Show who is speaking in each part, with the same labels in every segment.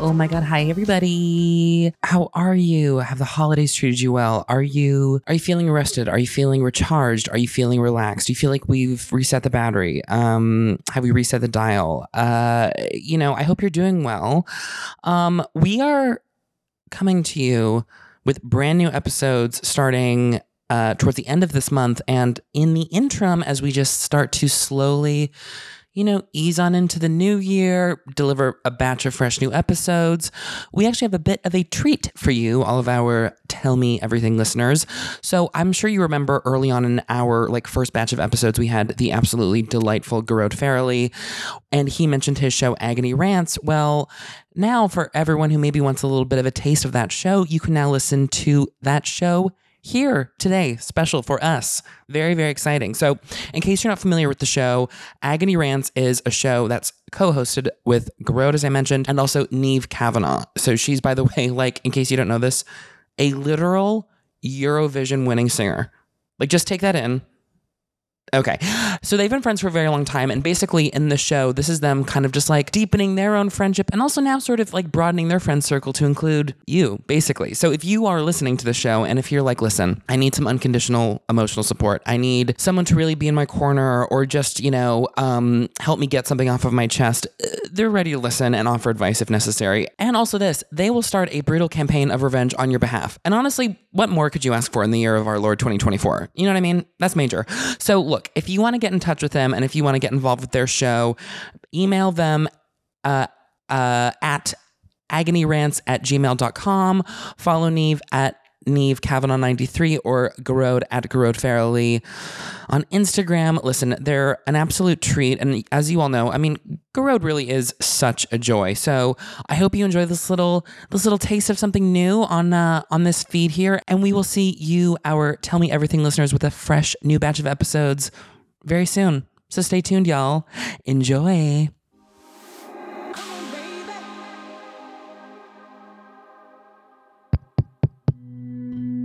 Speaker 1: Oh my god, hi everybody. How are you? Have the holidays treated you well? Are you are you feeling rested? Are you feeling recharged? Are you feeling relaxed? Do you feel like we've reset the battery? Um have we reset the dial? Uh you know, I hope you're doing well. Um we are coming to you with brand new episodes starting uh, towards the end of this month. And in the interim, as we just start to slowly, you know, ease on into the new year, deliver a batch of fresh new episodes, we actually have a bit of a treat for you, all of our Tell Me Everything listeners. So I'm sure you remember early on in our like first batch of episodes, we had the absolutely delightful Garrod Farrelly, and he mentioned his show Agony Rants. Well, now for everyone who maybe wants a little bit of a taste of that show, you can now listen to that show here today, special for us. Very, very exciting. So, in case you're not familiar with the show, Agony Rants is a show that's co hosted with Garode, as I mentioned, and also Neve Kavanaugh. So, she's, by the way, like, in case you don't know this, a literal Eurovision winning singer. Like, just take that in. Okay. So they've been friends for a very long time. And basically, in the show, this is them kind of just like deepening their own friendship and also now sort of like broadening their friend circle to include you, basically. So if you are listening to the show and if you're like, listen, I need some unconditional emotional support, I need someone to really be in my corner or just, you know, um, help me get something off of my chest, uh, they're ready to listen and offer advice if necessary. And also, this, they will start a brutal campaign of revenge on your behalf. And honestly, what more could you ask for in the year of our Lord 2024? You know what I mean? That's major. So look, look, if you want to get in touch with them and if you want to get involved with their show, email them uh, uh, at agonyrants at gmail.com. Follow Neve at Neve Kavanaugh 93 or Garode at Garode Farrelly on Instagram. Listen, they're an absolute treat. And as you all know, I mean, Garode really is such a joy. So I hope you enjoy this little this little taste of something new on uh, on this feed here. And we will see you, our Tell Me Everything listeners, with a fresh new batch of episodes very soon. So stay tuned, y'all. Enjoy.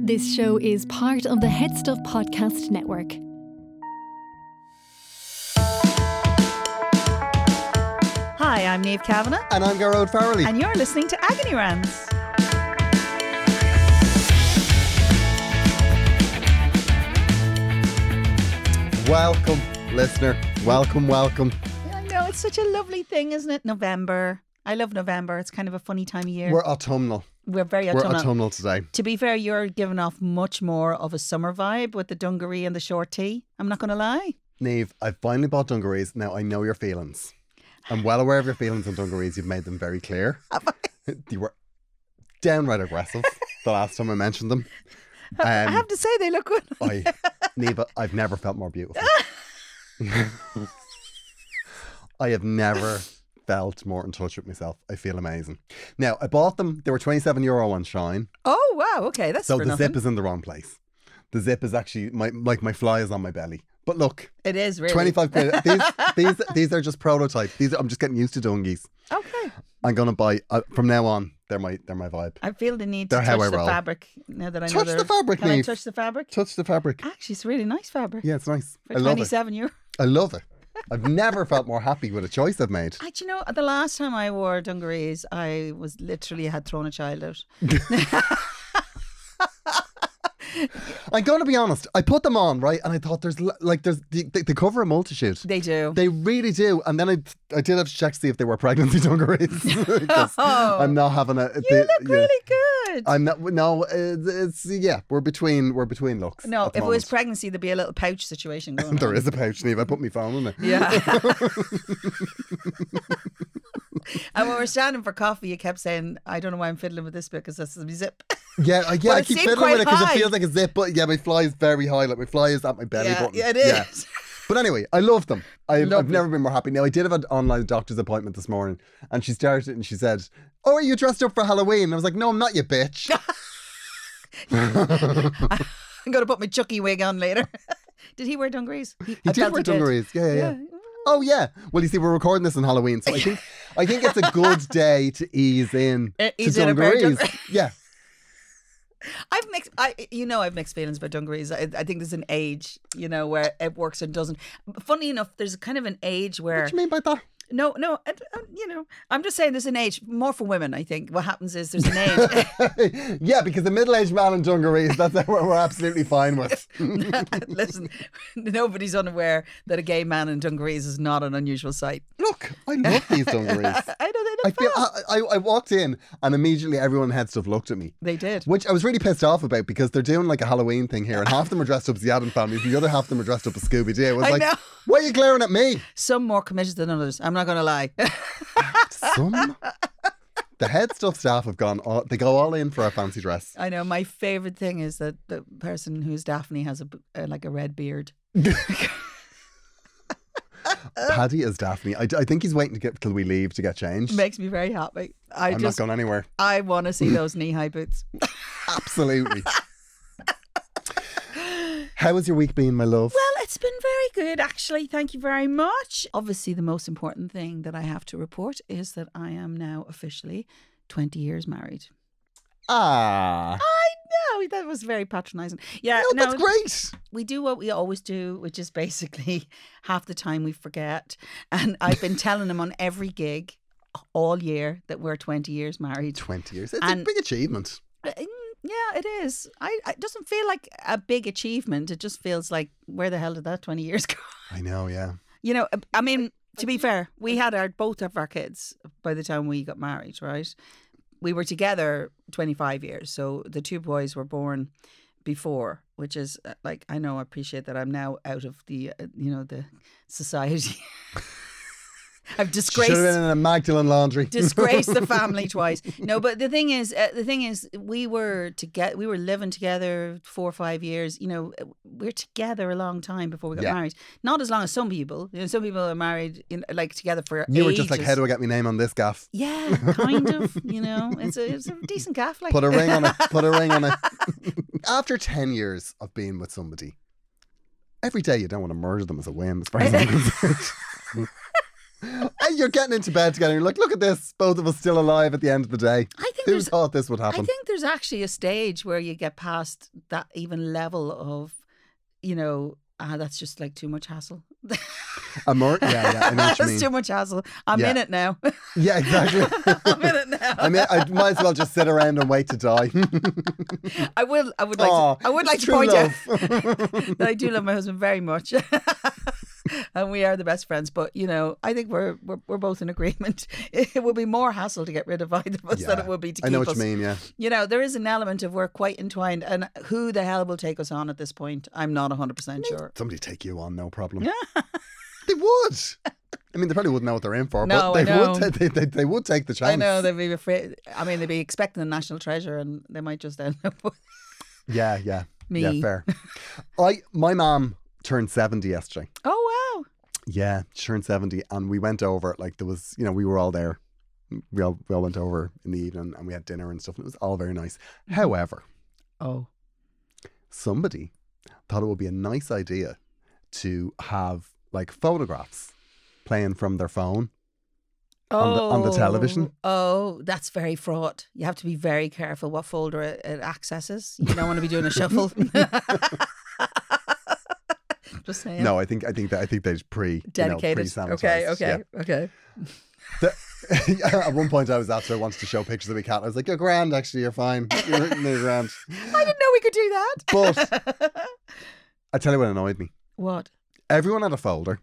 Speaker 2: This show is part of the Head Stuff Podcast Network.
Speaker 3: Hi, I'm Neve Kavanagh,
Speaker 4: And I'm Garrod Farrelly.
Speaker 3: and you're listening to Agony Rants.
Speaker 4: welcome, listener. Welcome, welcome.
Speaker 3: I know it's such a lovely thing, isn't it? November. I love November. It's kind of a funny time of year.
Speaker 4: We're autumnal.
Speaker 3: We're very
Speaker 4: We're
Speaker 3: autumnal.
Speaker 4: autumnal today.
Speaker 3: To be fair, you're giving off much more of a summer vibe with the dungaree and the short tee. I'm not going to lie.
Speaker 4: Neve, I finally bought dungarees. Now I know your feelings. I'm well aware of your feelings on dungarees. You've made them very clear. you were downright aggressive the last time I mentioned them. Um,
Speaker 3: I have to say, they look good.
Speaker 4: I, Neve, I've never felt more beautiful. I have never felt more in touch with myself. I feel amazing. Now, I bought them. They were 27 euro on Shine.
Speaker 3: Oh, wow. Okay. That's
Speaker 4: So
Speaker 3: for
Speaker 4: the
Speaker 3: nothing.
Speaker 4: zip is in the wrong place. The zip is actually my like my fly is on my belly. But look,
Speaker 3: it is really.
Speaker 4: twenty five quid. These these these are just prototype. These are, I'm just getting used to dungies.
Speaker 3: Okay.
Speaker 4: I'm gonna buy uh, from now on. They're my they're my vibe.
Speaker 3: I feel the need
Speaker 4: They're
Speaker 3: to
Speaker 4: how I
Speaker 3: touch the
Speaker 4: roll.
Speaker 3: fabric now that I know
Speaker 4: Touch
Speaker 3: they're-
Speaker 4: the fabric,
Speaker 3: Can
Speaker 4: Niamh.
Speaker 3: I touch the fabric?
Speaker 4: Touch the fabric.
Speaker 3: Actually, it's really nice fabric.
Speaker 4: Yeah, it's nice.
Speaker 3: For
Speaker 4: I love it.
Speaker 3: 27 euro.
Speaker 4: I love it. I've never felt more happy with a choice I've made.
Speaker 3: I, do you know, the last time I wore dungarees, I was literally had thrown a child out.
Speaker 4: I'm gonna be honest. I put them on right, and I thought there's l- like there's they, they they cover a multitude.
Speaker 3: They do.
Speaker 4: They really do. And then I, I did have to check to see if they were pregnancy dungarees. 'Cause I'm not having a.
Speaker 3: Oh. you look really good.
Speaker 4: I'm not. No, it's, it's yeah. We're between. We're between looks.
Speaker 3: no,
Speaker 4: at
Speaker 3: if
Speaker 4: the
Speaker 3: it was
Speaker 4: moment.
Speaker 3: pregnancy, there'd be a little pouch situation going on.
Speaker 4: there is a pouch, Neve. I put my phone in it.
Speaker 3: Yeah. and when we were standing for coffee, you kept saying, I don't know why I'm fiddling with this bit because that's the zip.
Speaker 4: Yeah, I, yeah.
Speaker 3: Well,
Speaker 4: I
Speaker 3: it
Speaker 4: keep
Speaker 3: seemed
Speaker 4: fiddling with it
Speaker 3: quite
Speaker 4: because it
Speaker 3: high.
Speaker 4: feels like a zip, but yeah, my fly is very high. Like my fly is at my belly
Speaker 3: yeah,
Speaker 4: button.
Speaker 3: yeah, it
Speaker 4: Yeah.
Speaker 3: is.
Speaker 4: But anyway, I love them. I've, I've
Speaker 3: Lovely.
Speaker 4: never been more happy. Now, I did have an online doctor's appointment this morning, and she started and she said, "Oh, are you dressed up for Halloween?" I was like, "No, I'm not, you bitch."
Speaker 3: I'm going to put my Chucky wig on later. did he wear dungarees? He,
Speaker 4: He did wear dungarees. Yeah, yeah, yeah. Oh yeah. Well, you see, we're recording this on Halloween, so I think I think it's a good day to ease in
Speaker 3: Uh, ease
Speaker 4: to
Speaker 3: in a pair of
Speaker 4: dungarees.
Speaker 3: dungarees.
Speaker 4: yeah.
Speaker 3: I've mixed. I you know I've mixed feelings about dungarees. I, I think there's an age you know where it works and doesn't. Funny enough, there's kind of an age where
Speaker 4: What do you mean by that?
Speaker 3: No, no, I d- I- you know, I'm just saying there's an age, more for women, I think. What happens is there's an age.
Speaker 4: yeah, because the middle-aged man in dungarees, that's what we're absolutely fine with.
Speaker 3: Listen, nobody's unaware that a gay man in dungarees is not an unusual sight.
Speaker 4: Look, I love these dungarees.
Speaker 3: I know they
Speaker 4: I
Speaker 3: look
Speaker 4: feel uh,
Speaker 3: fab.
Speaker 4: I, I, I walked in and immediately everyone had stuff looked at me.
Speaker 3: They did.
Speaker 4: Which I was really pissed off about because they're doing like a Halloween thing here, and half of them are dressed up as the Adam family, the other half of them are dressed up as Scooby Doo. I was
Speaker 3: I
Speaker 4: like,
Speaker 3: know.
Speaker 4: why are you glaring at me?
Speaker 3: Some more committed than others. I'm not going to lie.
Speaker 4: Some. the head stuff staff have gone, all, they go all in for our fancy dress.
Speaker 3: I know my favorite thing is that the person who's Daphne has a b- uh, like a red beard. Uh.
Speaker 4: Paddy is Daphne. I, I think he's waiting to get till we leave to get changed.
Speaker 3: Makes me very happy. I
Speaker 4: I'm
Speaker 3: just
Speaker 4: not going anywhere.
Speaker 3: I want to see those knee high boots.
Speaker 4: Absolutely. How has your week been, my love?
Speaker 3: Well, it's been very good, actually. Thank you very much. Obviously, the most important thing that I have to report is that I am now officially 20 years married.
Speaker 4: ah,
Speaker 3: No, that was very patronizing. Yeah,
Speaker 4: no, that's great.
Speaker 3: we do what we always do, which is basically half the time we forget. And I've been telling him on every gig all year that we're 20 years married.
Speaker 4: 20 years. It's a
Speaker 3: And-
Speaker 4: big achievement.
Speaker 3: Mm, Yeah, it is. I, I- it doesn't feel like a big achievement. It just feels like where the hell did that 20 years go?
Speaker 4: I know, yeah.
Speaker 3: You know, I mean, to be fair, we had our both of our kids by the time we got married, right? We were together 25 years, so the two boys were born before, which is uh, like I know I appreciate that I'm now out of the uh, you know the society. I've
Speaker 4: Should have
Speaker 3: disgraced
Speaker 4: been in a Magdalene laundry.
Speaker 3: disgrace the family twice. No, but the thing is, uh, the thing is, we were to get, we were living together four or five years. You know, we are together a long time before we got
Speaker 4: Yeah.
Speaker 3: married. Not as long as some people. You know, some people are married in like together for.
Speaker 4: you were just like,
Speaker 3: ages.
Speaker 4: how do I get my name on this gaff?
Speaker 3: Yeah, kind of. You know, it's a it's a decent gaff. Like,
Speaker 4: Put a ring on it. Put a ring on it. After 10 years of being with somebody, every day you don't want to murder them as a whim, as far as I'm concerned. And you're getting into bed together and you're like, look at this, both of us still alive at the end of the day.
Speaker 3: I think
Speaker 4: Who
Speaker 3: there's
Speaker 4: thought this would
Speaker 3: I
Speaker 4: happen?
Speaker 3: think there's actually a stage where you get past that even level of, you know. Ah, that's just like too much hassle.
Speaker 4: A mur- yeah, yeah, I know what you
Speaker 3: that's
Speaker 4: mean.
Speaker 3: too much hassle. I'm
Speaker 4: Yeah.
Speaker 3: in it now.
Speaker 4: Yeah, exactly.
Speaker 3: I'm in it now.
Speaker 4: I mean, I might as well just sit around and wait to die.
Speaker 3: I will. I would like.
Speaker 4: Aw,
Speaker 3: to, I would
Speaker 4: it's
Speaker 3: like to
Speaker 4: true
Speaker 3: point
Speaker 4: love.
Speaker 3: out that I do love my husband very much, and we are the best friends. But you know, I think we're we're, we're both in agreement. It would be more hassle to get rid of either of us than
Speaker 4: Yeah.
Speaker 3: it would be to
Speaker 4: I
Speaker 3: keep
Speaker 4: know what
Speaker 3: us.
Speaker 4: you mean, yeah.
Speaker 3: You know, there is an element of we're quite entwined, and who the hell will take us on at this point? I'm not 100 percent sure.
Speaker 4: Somebody take you on, no problem. they would. I mean, they probably wouldn't know what they're in for,
Speaker 3: No,
Speaker 4: but
Speaker 3: I
Speaker 4: they
Speaker 3: know.
Speaker 4: would, ta- they, they, they would take the chance.
Speaker 3: I know they'd be afraid. I mean, they'd be expecting the national treasure, and they might just end up. with-
Speaker 4: Yeah, yeah. Yeah,
Speaker 3: Me.
Speaker 4: fair. I My mom turned 70 yesterday.
Speaker 3: Oh wow!
Speaker 4: Yeah, she turned 70. And we went over, like, there was, you know, we were all there. We all, we all went over in the evening and we had dinner and stuff. And it was all very nice. However,
Speaker 3: Mm-hmm. Oh,
Speaker 4: somebody thought it would be a nice idea to have, like, photographs playing from their phone On the- on the television?
Speaker 3: Oh, oh, that's very fraught. You have to be very careful what folder it, it accesses. You don't want to be doing a shuffle. Just saying.
Speaker 4: No, I think I think that I think they're pre
Speaker 3: Dedicated.
Speaker 4: You know, pre-sanitized.
Speaker 3: okay, okay, okay.
Speaker 4: Yeah. At one point, I was after I wanted to show pictures of my cat. I was like, "You're grand, actually. You're fine. You're, you're grand."
Speaker 3: I didn't know we could do
Speaker 4: But
Speaker 3: that.
Speaker 4: I tell you what annoyed me.
Speaker 3: what?
Speaker 4: Everyone had a folder,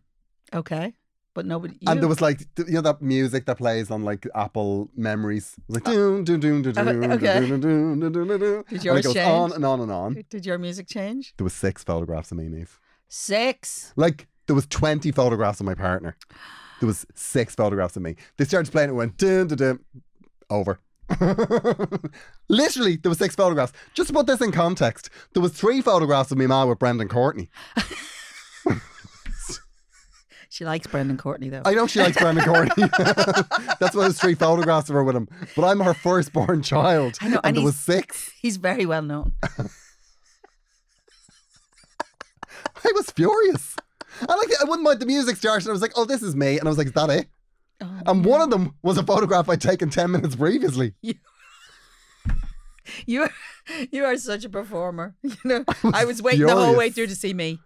Speaker 3: Okay. But nobody. You,
Speaker 4: and there was like th- you know that music that plays on like Apple Memories, It was like doom doom doom doom doom
Speaker 3: Oh,
Speaker 4: doom
Speaker 3: Uh, okay.
Speaker 4: doom doom doom doom doom.
Speaker 3: Did
Speaker 4: And
Speaker 3: yours
Speaker 4: it goes
Speaker 3: change?
Speaker 4: on and on and on.
Speaker 3: Did your music change?
Speaker 4: There was six photographs of me, Neve.
Speaker 3: Six.
Speaker 4: Like there was twenty photographs of my partner. There was six photographs of me. They started playing it. Went dun dun dun. Over. Literally, there was six photographs. Just to put this in context, there was three photographs of me ma with Brendan Courtney.
Speaker 3: She likes Brendan Courtney though.
Speaker 4: I know she likes Brendan Courtney. That's why there's three photographs of her with him. But I'm her firstborn child,
Speaker 3: I know,
Speaker 4: and
Speaker 3: and
Speaker 4: there was
Speaker 3: he's-
Speaker 4: six.
Speaker 3: He's very well known.
Speaker 4: I was furious. I like. I wouldn't mind the music starting. I was like, "Oh, this is me," and I was like, "Is that it?"
Speaker 3: Oh,
Speaker 4: And one of them was a photograph I'd taken ten minutes previously.
Speaker 3: you, you are such a performer. You know, I was waiting the whole way
Speaker 4: furious.
Speaker 3: through to see me.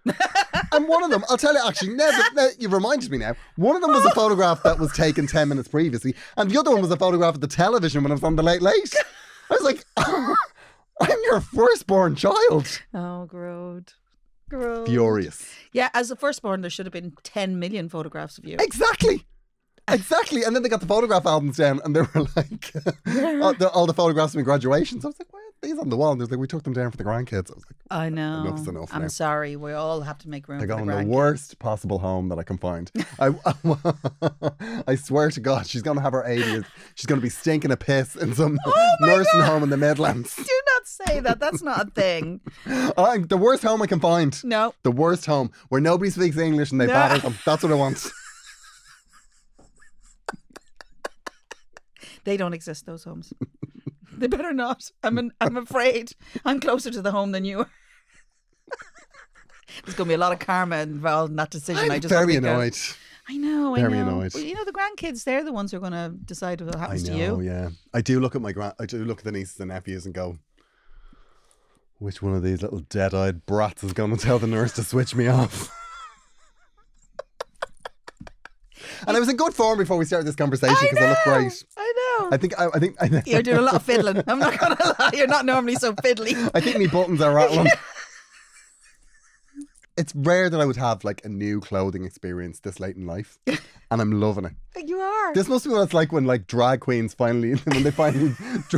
Speaker 4: And one of them, I'll tell you actually, now that, now you've reminded me now, one of them was a photograph that was taken 10 minutes previously, and the other one was a photograph of the television when I was on the Late Late. I was like, I'm your firstborn child.
Speaker 3: Oh, Grode. Grode.
Speaker 4: Furious.
Speaker 3: Yeah, as a firstborn, there should have been 10 million photographs of you.
Speaker 4: Exactly. Exactly. And then they got the photograph albums down and they were like, all, the, all the photographs from graduations. I was like, why are these on the wall? And they was like, we took them down for the grandkids. I was like,
Speaker 3: I know.
Speaker 4: Enough's enough
Speaker 3: I'm
Speaker 4: now.
Speaker 3: sorry. We all have to make room
Speaker 4: I
Speaker 3: for
Speaker 4: got in
Speaker 3: the
Speaker 4: the
Speaker 3: grandkids.
Speaker 4: worst possible home that I can find. I, I swear to God, she's going to have her 80s. She's going to be stinking a piss in some
Speaker 3: Oh
Speaker 4: nursing home in the Midlands.
Speaker 3: Do not say that. That's not a thing.
Speaker 4: i the worst home I can find.
Speaker 3: No.
Speaker 4: The worst home where nobody speaks English and they
Speaker 3: No.
Speaker 4: battle them. That's what I want.
Speaker 3: They don't exist, those homes. they better not. I'm an, I'm afraid I'm closer to the home than you are. There's going to be a lot of karma involved in that decision.
Speaker 4: I'm
Speaker 3: I just want
Speaker 4: very
Speaker 3: to make out.
Speaker 4: annoyed.
Speaker 3: I know.
Speaker 4: Very
Speaker 3: I know.
Speaker 4: annoyed.
Speaker 3: Well, you know, the grandkids, they're the ones who are going to decide what
Speaker 4: I
Speaker 3: happens
Speaker 4: know,
Speaker 3: to you.
Speaker 4: yeah. I do look at my grand. I do look at the nieces and nephews and go, which one of these little dead-eyed brats is going to tell the nurse to switch me off? and I was in good form before we started this conversation because I, look great.
Speaker 3: I know.
Speaker 4: I think I, I think I,
Speaker 3: You're doing a lot of fiddling. I'm not going to lie. You're not normally so fiddly.
Speaker 4: I think my buttons are rattling. it's rare that I would have like a new clothing experience this late in life, and I'm loving it.
Speaker 3: You are.
Speaker 4: This must be what it's like when like drag queens finally when they finally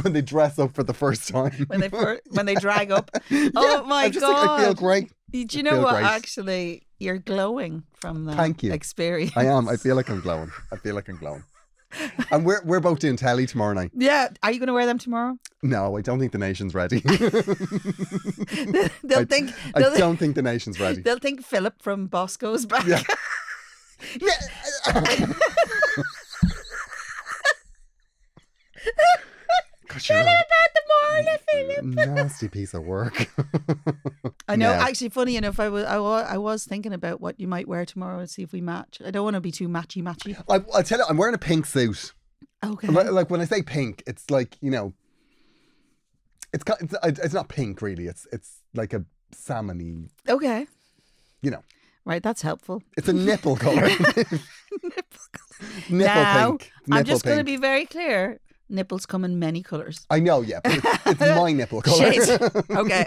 Speaker 4: when they dress up for the first time.
Speaker 3: when they fir- when they drag up.
Speaker 4: Yeah,
Speaker 3: oh my
Speaker 4: I'm just
Speaker 3: god!
Speaker 4: Like, I feel great.
Speaker 3: Do you
Speaker 4: feel
Speaker 3: know what?
Speaker 4: great.
Speaker 3: Actually, you're glowing from that
Speaker 4: Thank you.
Speaker 3: experience.
Speaker 4: I am. I feel like I'm glowing. I feel like I'm glowing. And we're we're both doing telly tomorrow night.
Speaker 3: yeah. Are you going to wear them tomorrow?
Speaker 4: No, I don't think the nation's ready.
Speaker 3: They'll
Speaker 4: I-
Speaker 3: think
Speaker 4: I
Speaker 3: they'll,
Speaker 4: don't think the nation's ready.
Speaker 3: they'll think Philip from Bosco's back.
Speaker 4: Yeah. God, you're a Mm, nasty piece of work.
Speaker 3: I know.
Speaker 4: No.
Speaker 3: Actually, funny enough, I was, I was I was thinking about what you might wear tomorrow and see if we match. I don't want to be too matchy matchy.
Speaker 4: I, I tell you, I'm wearing a pink suit.
Speaker 3: Okay.
Speaker 4: Like, like when I say pink, it's like you know, it's ki- it's, I- it's not pink really. It's it's like a salmony,
Speaker 3: Okay.
Speaker 4: you know,
Speaker 3: Right. That's helpful.
Speaker 4: it's a nipple color, nipple
Speaker 3: now,
Speaker 4: pink.
Speaker 3: I'm
Speaker 4: Nipple
Speaker 3: just
Speaker 4: pink.
Speaker 3: going to be very clear. Nipples come in many colors.
Speaker 4: I know, yeah, but it's, it's my nipple color.
Speaker 3: Shit. Okay.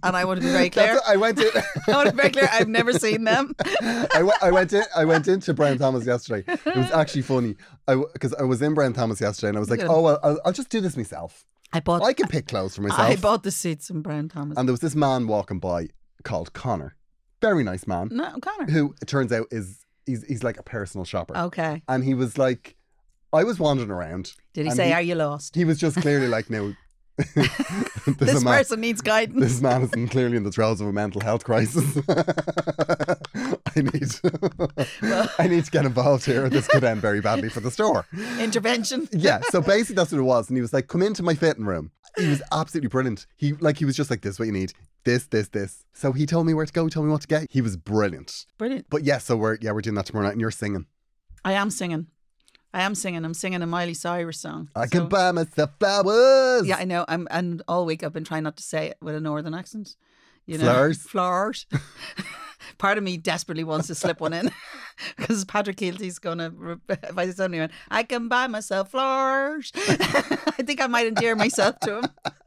Speaker 3: And I want to be very clear.
Speaker 4: That's what I went to.
Speaker 3: I want to be very clear. I've never seen them.
Speaker 4: I went, I went in. I went into Brian Thomas yesterday. It was actually funny. I because I was in Brian Thomas yesterday, and I was like,
Speaker 3: Look at him.
Speaker 4: "Oh, well, I'll, I'll just do this myself.
Speaker 3: I bought.
Speaker 4: I can pick clothes for myself."
Speaker 3: I bought the seats in Brown Thomas.
Speaker 4: and there was this man walking by called Connor, very nice man,
Speaker 3: no, Connor.
Speaker 4: who it turns out is he's he's like a personal shopper,
Speaker 3: Okay.
Speaker 4: and he was like, I was wandering around.
Speaker 3: Did he
Speaker 4: And
Speaker 3: say,
Speaker 4: he-
Speaker 3: "Are you lost?
Speaker 4: He was just clearly like, "No, there's a
Speaker 3: This
Speaker 4: man-
Speaker 3: person needs guidance."
Speaker 4: this man is in- clearly in the throes of a mental health crisis. I need, I need to get involved here. This could end very badly for the store.
Speaker 3: Intervention.
Speaker 4: Yeah, so basically that's what it was, and he was like, "Come into my fitting room." He was absolutely brilliant. He like he was just like, "This is what you need, this, this, this." So he told me where to go, told me what to get. He was brilliant.
Speaker 3: Brilliant.
Speaker 4: But yeah, so we're yeah we're doing that tomorrow night, and you're singing.
Speaker 3: I am singing. I am singing. I'm singing a Miley Cyrus song.
Speaker 4: I
Speaker 3: So-
Speaker 4: can buy myself flowers.
Speaker 3: Yeah, I know. I'm and all week I've been trying not to say it with a northern accent. You know,
Speaker 4: Flowers.
Speaker 3: Flowers. Part of me desperately wants to slip one in because Patrick Keelty's gonna. re- If I say anyone, I can buy myself flowers. I think I might endear myself to him.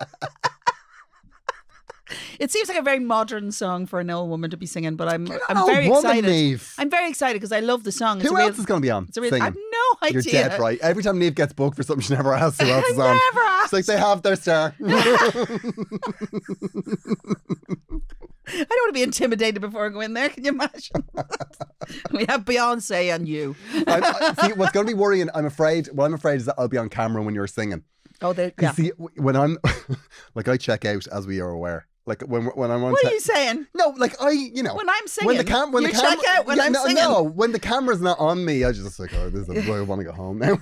Speaker 3: it seems like a very modern song for an old woman to be singing, but I'm I'm
Speaker 4: old
Speaker 3: very
Speaker 4: woman,
Speaker 3: excited.
Speaker 4: Niamh.
Speaker 3: I'm very excited because I love the song. It's
Speaker 4: Who
Speaker 3: a real,
Speaker 4: else is going to be on?
Speaker 3: It's a real,
Speaker 4: singing?
Speaker 3: I've no idea.
Speaker 4: You're dead right. Every time Neve gets booked for something, she never asks who else is on.
Speaker 3: Never
Speaker 4: It's like they have their star.
Speaker 3: I don't want to be intimidated before I go in there. Can you imagine? we have Beyonce and you.
Speaker 4: I'm, I, see, what's going to be worrying, I'm afraid, what I'm afraid is that I'll be on camera when you're singing.
Speaker 3: Oh, they,
Speaker 4: 'Cause see, w- when I'm, like, I check out, as we are aware. Like, when, when I'm on
Speaker 3: What
Speaker 4: te-
Speaker 3: are you saying?
Speaker 4: No, like, I, you know.
Speaker 3: When I'm singing,
Speaker 4: When the cam- when
Speaker 3: you
Speaker 4: the cam-
Speaker 3: check out when
Speaker 4: Yeah,
Speaker 3: I'm
Speaker 4: no,
Speaker 3: singing.
Speaker 4: No, when the camera's not on me, I just like, oh, this is, I want to go home now.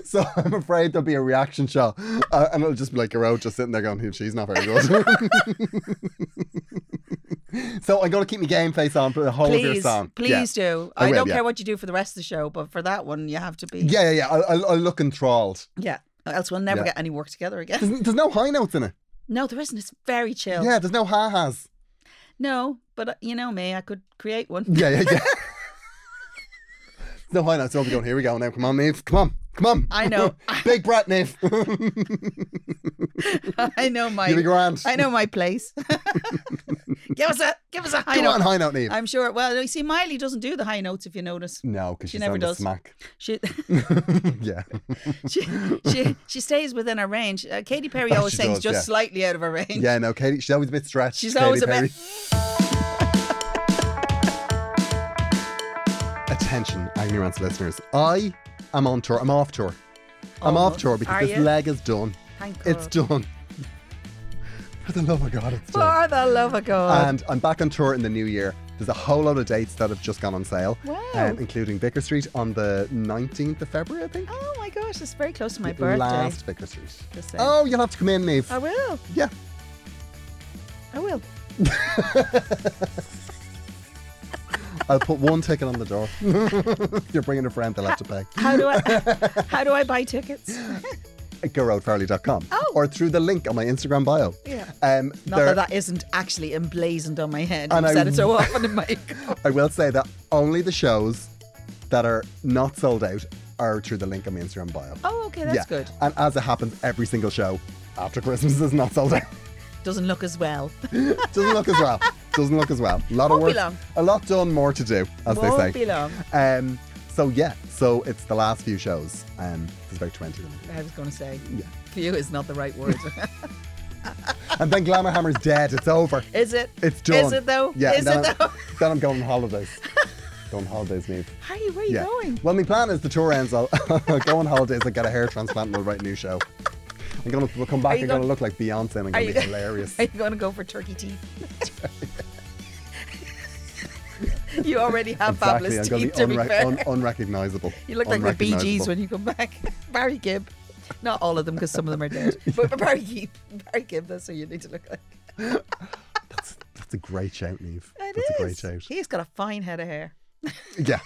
Speaker 4: so I'm afraid there'll be a reaction shot, uh, and it'll just be like your out just sitting there going, she's not very good. so I'm gonna keep my game face on for the whole of your
Speaker 3: Please,
Speaker 4: song. Yeah.
Speaker 3: please do.
Speaker 4: I
Speaker 3: I,
Speaker 4: will,
Speaker 3: don't
Speaker 4: yeah.
Speaker 3: care what you do for the rest of the show, but for that one, you have to be.
Speaker 4: Yeah, yeah, yeah. I'll, I'll, I'll look enthralled.
Speaker 3: Yeah. Else we'll never
Speaker 4: Yeah.
Speaker 3: get any work together again.
Speaker 4: There's, there's no high notes in it.
Speaker 3: No, there isn't. It's very chill.
Speaker 4: Yeah, there's no ha has.
Speaker 3: No, but uh, you know me, I could create one.
Speaker 4: Yeah, yeah, yeah. no, why not? It's over going. Here we go now. Come on, Nave. Come on. Come on.
Speaker 3: I know.
Speaker 4: Big brat, Nave.
Speaker 3: I know
Speaker 4: You'll be
Speaker 3: my
Speaker 4: grand.
Speaker 3: I know my place. give us a give us a high
Speaker 4: Come on,
Speaker 3: note.
Speaker 4: high note, Nave.
Speaker 3: I'm sure. Well, you see, Miley doesn't do the high notes if you notice.
Speaker 4: No, because
Speaker 3: She
Speaker 4: she's
Speaker 3: never
Speaker 4: on the
Speaker 3: does.
Speaker 4: smack.
Speaker 3: She
Speaker 4: yeah.
Speaker 3: she, she she stays within her range. Uh, Katy Perry always
Speaker 4: She
Speaker 3: sings
Speaker 4: does,
Speaker 3: just
Speaker 4: yeah.
Speaker 3: slightly out of her range.
Speaker 4: Yeah, no, Katie, she's always a bit stretched.
Speaker 3: She's
Speaker 4: Katy
Speaker 3: always a
Speaker 4: Perry.
Speaker 3: bit.
Speaker 4: Attention, Agony Rants listeners. I am on tour. I'm off tour. I'm off
Speaker 3: Almost.
Speaker 4: tour because
Speaker 3: Oh, Are
Speaker 4: this
Speaker 3: you?
Speaker 4: leg is done.
Speaker 3: Thank
Speaker 4: It's
Speaker 3: God.
Speaker 4: done. For the love of God, it's done.
Speaker 3: For the love of God.
Speaker 4: And I'm back on tour in the new year. There's a whole lot of dates that have just gone on sale,
Speaker 3: Wow.
Speaker 4: um, including Vicker Street on the 19th of February, I think.
Speaker 3: oh my gosh, it's very close to my birthday.
Speaker 4: Last Vicker Street.
Speaker 3: Just saying.
Speaker 4: Oh, you'll have to come in, Maeve.
Speaker 3: I will.
Speaker 4: yeah.
Speaker 3: I will.
Speaker 4: I'll put one ticket on the door. You're bringing a friend, they'll have to pay.
Speaker 3: How do I? how do I buy tickets?
Speaker 4: At GoRoadFairly.com.
Speaker 3: Oh.
Speaker 4: Or through the link on my Instagram bio.
Speaker 3: Yeah.
Speaker 4: Um,
Speaker 3: Not
Speaker 4: there-
Speaker 3: that that isn't actually emblazoned on my head.
Speaker 4: And
Speaker 3: I've
Speaker 4: I-
Speaker 3: said it so often in my.
Speaker 4: I will say that only the shows that are not sold out are through the link on my Instagram bio.
Speaker 3: Oh, okay, that's good.
Speaker 4: And as it happens, every single show after Christmas is not sold out.
Speaker 3: Doesn't look as well.
Speaker 4: Doesn't look as well. Doesn't look as well. A lot
Speaker 3: Won't
Speaker 4: of
Speaker 3: be
Speaker 4: work.
Speaker 3: long.
Speaker 4: A lot done, more to do, as
Speaker 3: Won't
Speaker 4: they say.
Speaker 3: be long.
Speaker 4: Um, so yeah, so it's the last few shows. Um, there's about twenty of them.
Speaker 3: I was going to say, few is not the right word.
Speaker 4: And then Glamour Hammer's dead. It's over.
Speaker 3: is it?
Speaker 4: It's done.
Speaker 3: Is it though?
Speaker 4: Yeah.
Speaker 3: is
Speaker 4: and
Speaker 3: it
Speaker 4: then
Speaker 3: though?
Speaker 4: I'm, then I'm going on holidays. going on holidays, Neve.
Speaker 3: How are you? Where are you
Speaker 4: Yeah.
Speaker 3: going?
Speaker 4: Well, my plan is the tour ends. I'll, I'll go on holidays and get a hair transplant and we'll write a new show. I'm gonna we'll come
Speaker 3: Are
Speaker 4: back
Speaker 3: you
Speaker 4: and gonna
Speaker 3: go-
Speaker 4: look like Beyonce and I'm
Speaker 3: Are
Speaker 4: gonna
Speaker 3: you
Speaker 4: be hilarious.
Speaker 3: Are you going to go for turkey teeth? you already have
Speaker 4: Exactly, I'm
Speaker 3: fabulous
Speaker 4: gonna be
Speaker 3: teeth, to be
Speaker 4: unre-
Speaker 3: fair.
Speaker 4: un- unrecognizable.
Speaker 3: you look like the Bee Gees
Speaker 4: Unrecognisable.
Speaker 3: when you come back. Barry Gibb. Not all of them, because some of them are dead. But, but Barry Gibb, Barry Gibb, that's who you need to look like.
Speaker 4: That's, that's a great shout, Neve.
Speaker 3: It
Speaker 4: that's
Speaker 3: is.
Speaker 4: a great shout.
Speaker 3: He's got a fine head of hair.
Speaker 4: Yeah.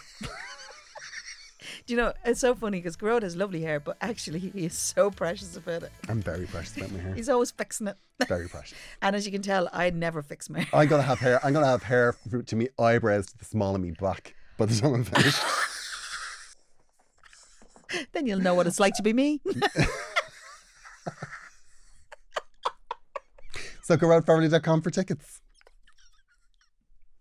Speaker 3: Do you know, it's so funny because Garrod has lovely hair, but actually he is so precious about it.
Speaker 4: I'm very precious about my hair.
Speaker 3: He's always fixing it.
Speaker 4: Very precious.
Speaker 3: And as you can tell, I never fix my hair.
Speaker 4: I'm gonna have hair. I'm gonna have hair f- to me eyebrows to the small of me back by the time I'm finished.
Speaker 3: Then you'll know what it's like to be me.
Speaker 4: so go roundfamily.com for tickets.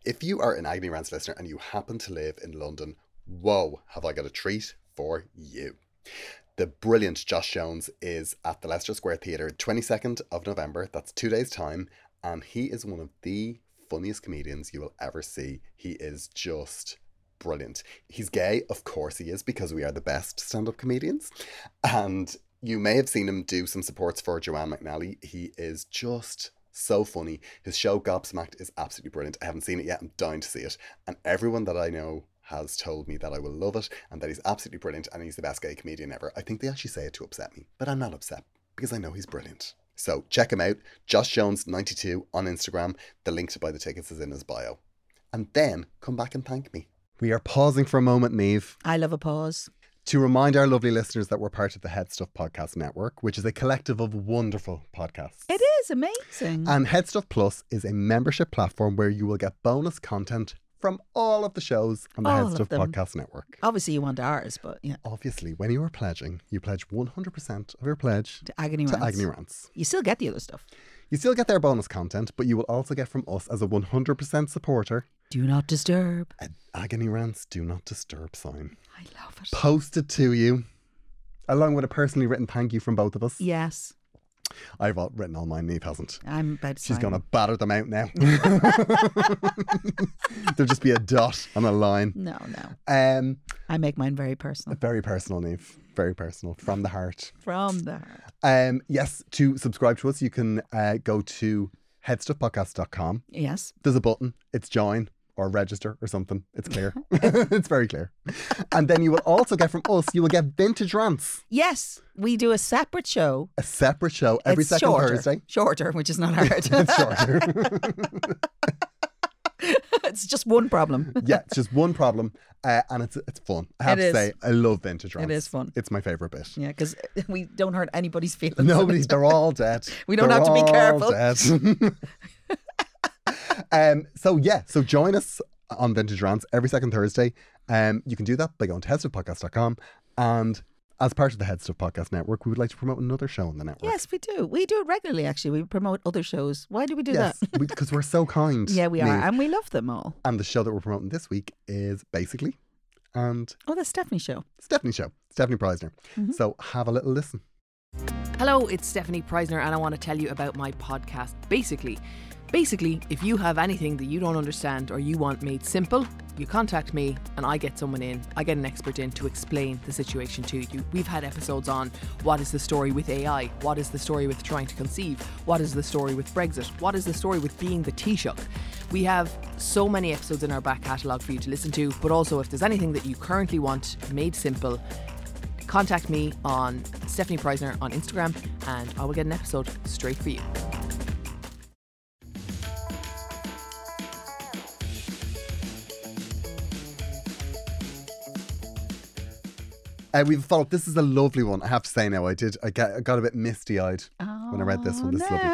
Speaker 4: If you are an Agony Rants listener and you happen to live in London, whoa, have I got a treat for you. The brilliant Josh Jones is at the Leicester Square Theatre, 22nd of November. That's two days' time. And he is one of the funniest comedians you will ever see. He is just brilliant. He's gay, of course he is, because we are the best stand up comedians. And you may have seen him do some supports for Joanne McNally. He is just so funny. His show Gobsmacked is absolutely brilliant. I haven't seen it yet. I'm dying to see it. And everyone that I know has told me that I will love it and that he's absolutely brilliant and he's the best gay comedian ever. I think they actually say it to upset me, but I'm not upset because I know he's brilliant. So check him out, Josh Jones92 on Instagram. The link to buy the tickets is in his bio. And then come back and thank me. We are pausing for a moment, Neve
Speaker 3: I love a pause.
Speaker 4: to remind our lovely listeners that we're part of the Head Stuff Podcast Network, which is a collective of wonderful podcasts.
Speaker 3: It is amazing.
Speaker 4: And Head Stuff Plus is a membership platform where you will get bonus content from all of the shows on the
Speaker 3: All
Speaker 4: Head
Speaker 3: of
Speaker 4: Stuff
Speaker 3: them.
Speaker 4: Podcast Network.
Speaker 3: Obviously, you want ours, but yeah,
Speaker 4: Obviously, when you are pledging, you pledge 100% of your pledge
Speaker 3: to agony
Speaker 4: to
Speaker 3: Rants.
Speaker 4: Agony Rants.
Speaker 3: You still get the other stuff.
Speaker 4: You still get their bonus content, but you will also get from us as a 100% supporter
Speaker 3: Do not disturb.
Speaker 4: an Agony Rants Do Not Disturb sign
Speaker 3: I love it.
Speaker 4: posted to you, along with a personally written thank you from both of us.
Speaker 3: Yes,
Speaker 4: I've all- written all mine, Neve hasn't.
Speaker 3: I'm about to.
Speaker 4: She's
Speaker 3: sign
Speaker 4: going to
Speaker 3: it.
Speaker 4: batter them out now. There'll just be a dot on a line.
Speaker 3: No, no.
Speaker 4: Um,
Speaker 3: I make mine very personal.
Speaker 4: very personal, Neve. Very personal, from the heart.
Speaker 3: From the heart.
Speaker 4: Um, yes, to subscribe to us, you can uh, go to headstuffpodcast.com.
Speaker 3: Yes.
Speaker 4: There's a button, it's join or register or something. It's clear. it's very clear. And then you will also get from us, you will get vintage rants,
Speaker 3: Yes, we do a separate show.
Speaker 4: a separate show every
Speaker 3: it's
Speaker 4: second
Speaker 3: shorter.
Speaker 4: Thursday.
Speaker 3: Shorter, which is not hard.
Speaker 4: It's shorter.
Speaker 3: it's just one problem.
Speaker 4: yeah, it's just one problem, uh, and it's it's fun. I have
Speaker 3: It
Speaker 4: to
Speaker 3: is.
Speaker 4: say, I love vintage rants.
Speaker 3: is fun.
Speaker 4: It's my favorite bit.
Speaker 3: Yeah, because we don't hurt anybody's feelings.
Speaker 4: Nobody's. They're all dead.
Speaker 3: We don't
Speaker 4: They're
Speaker 3: have to be
Speaker 4: all
Speaker 3: careful.
Speaker 4: dead. Um, so yeah, so join us on Vintage Rants every second Thursday. Um, you can do that by going to headstuffpodcast.com. And as part of the Head Stuff Podcast Network, we would like to promote another show on the network.
Speaker 3: Yes, we do. We do it regularly, actually. We promote other shows. Why do we do
Speaker 4: Yes,
Speaker 3: that?
Speaker 4: because we, are so kind.
Speaker 3: Yeah, we are.
Speaker 4: Niamh.
Speaker 3: And we love them all.
Speaker 4: And the show that we're promoting this week is basically and
Speaker 3: Oh, that's Stephanie's show.
Speaker 4: Stephanie show, Stephanie Preisner. So have a little listen.
Speaker 5: Hello, it's Stephanie Preisner, and I want to tell you about my podcast, Basically. Basically, if you have anything that you don't understand or you want made simple, you contact me and I get someone in, I get an expert in to explain the situation to you. We've had episodes on what is the story with AI, what is the story with trying to conceive, what is the story with Brexit, what is the story with being the Taoiseach. We have so many episodes in our back catalogue for you to listen to, but also if there's anything that you currently want made simple, contact me on Stephanie Preisner on Instagram and I will get an episode straight for you.
Speaker 4: Uh, we have a follow up. This is a lovely one. I have to say now, I did. I, get, I got a bit misty eyed when I read this
Speaker 3: Oh,
Speaker 4: one. This is lovely.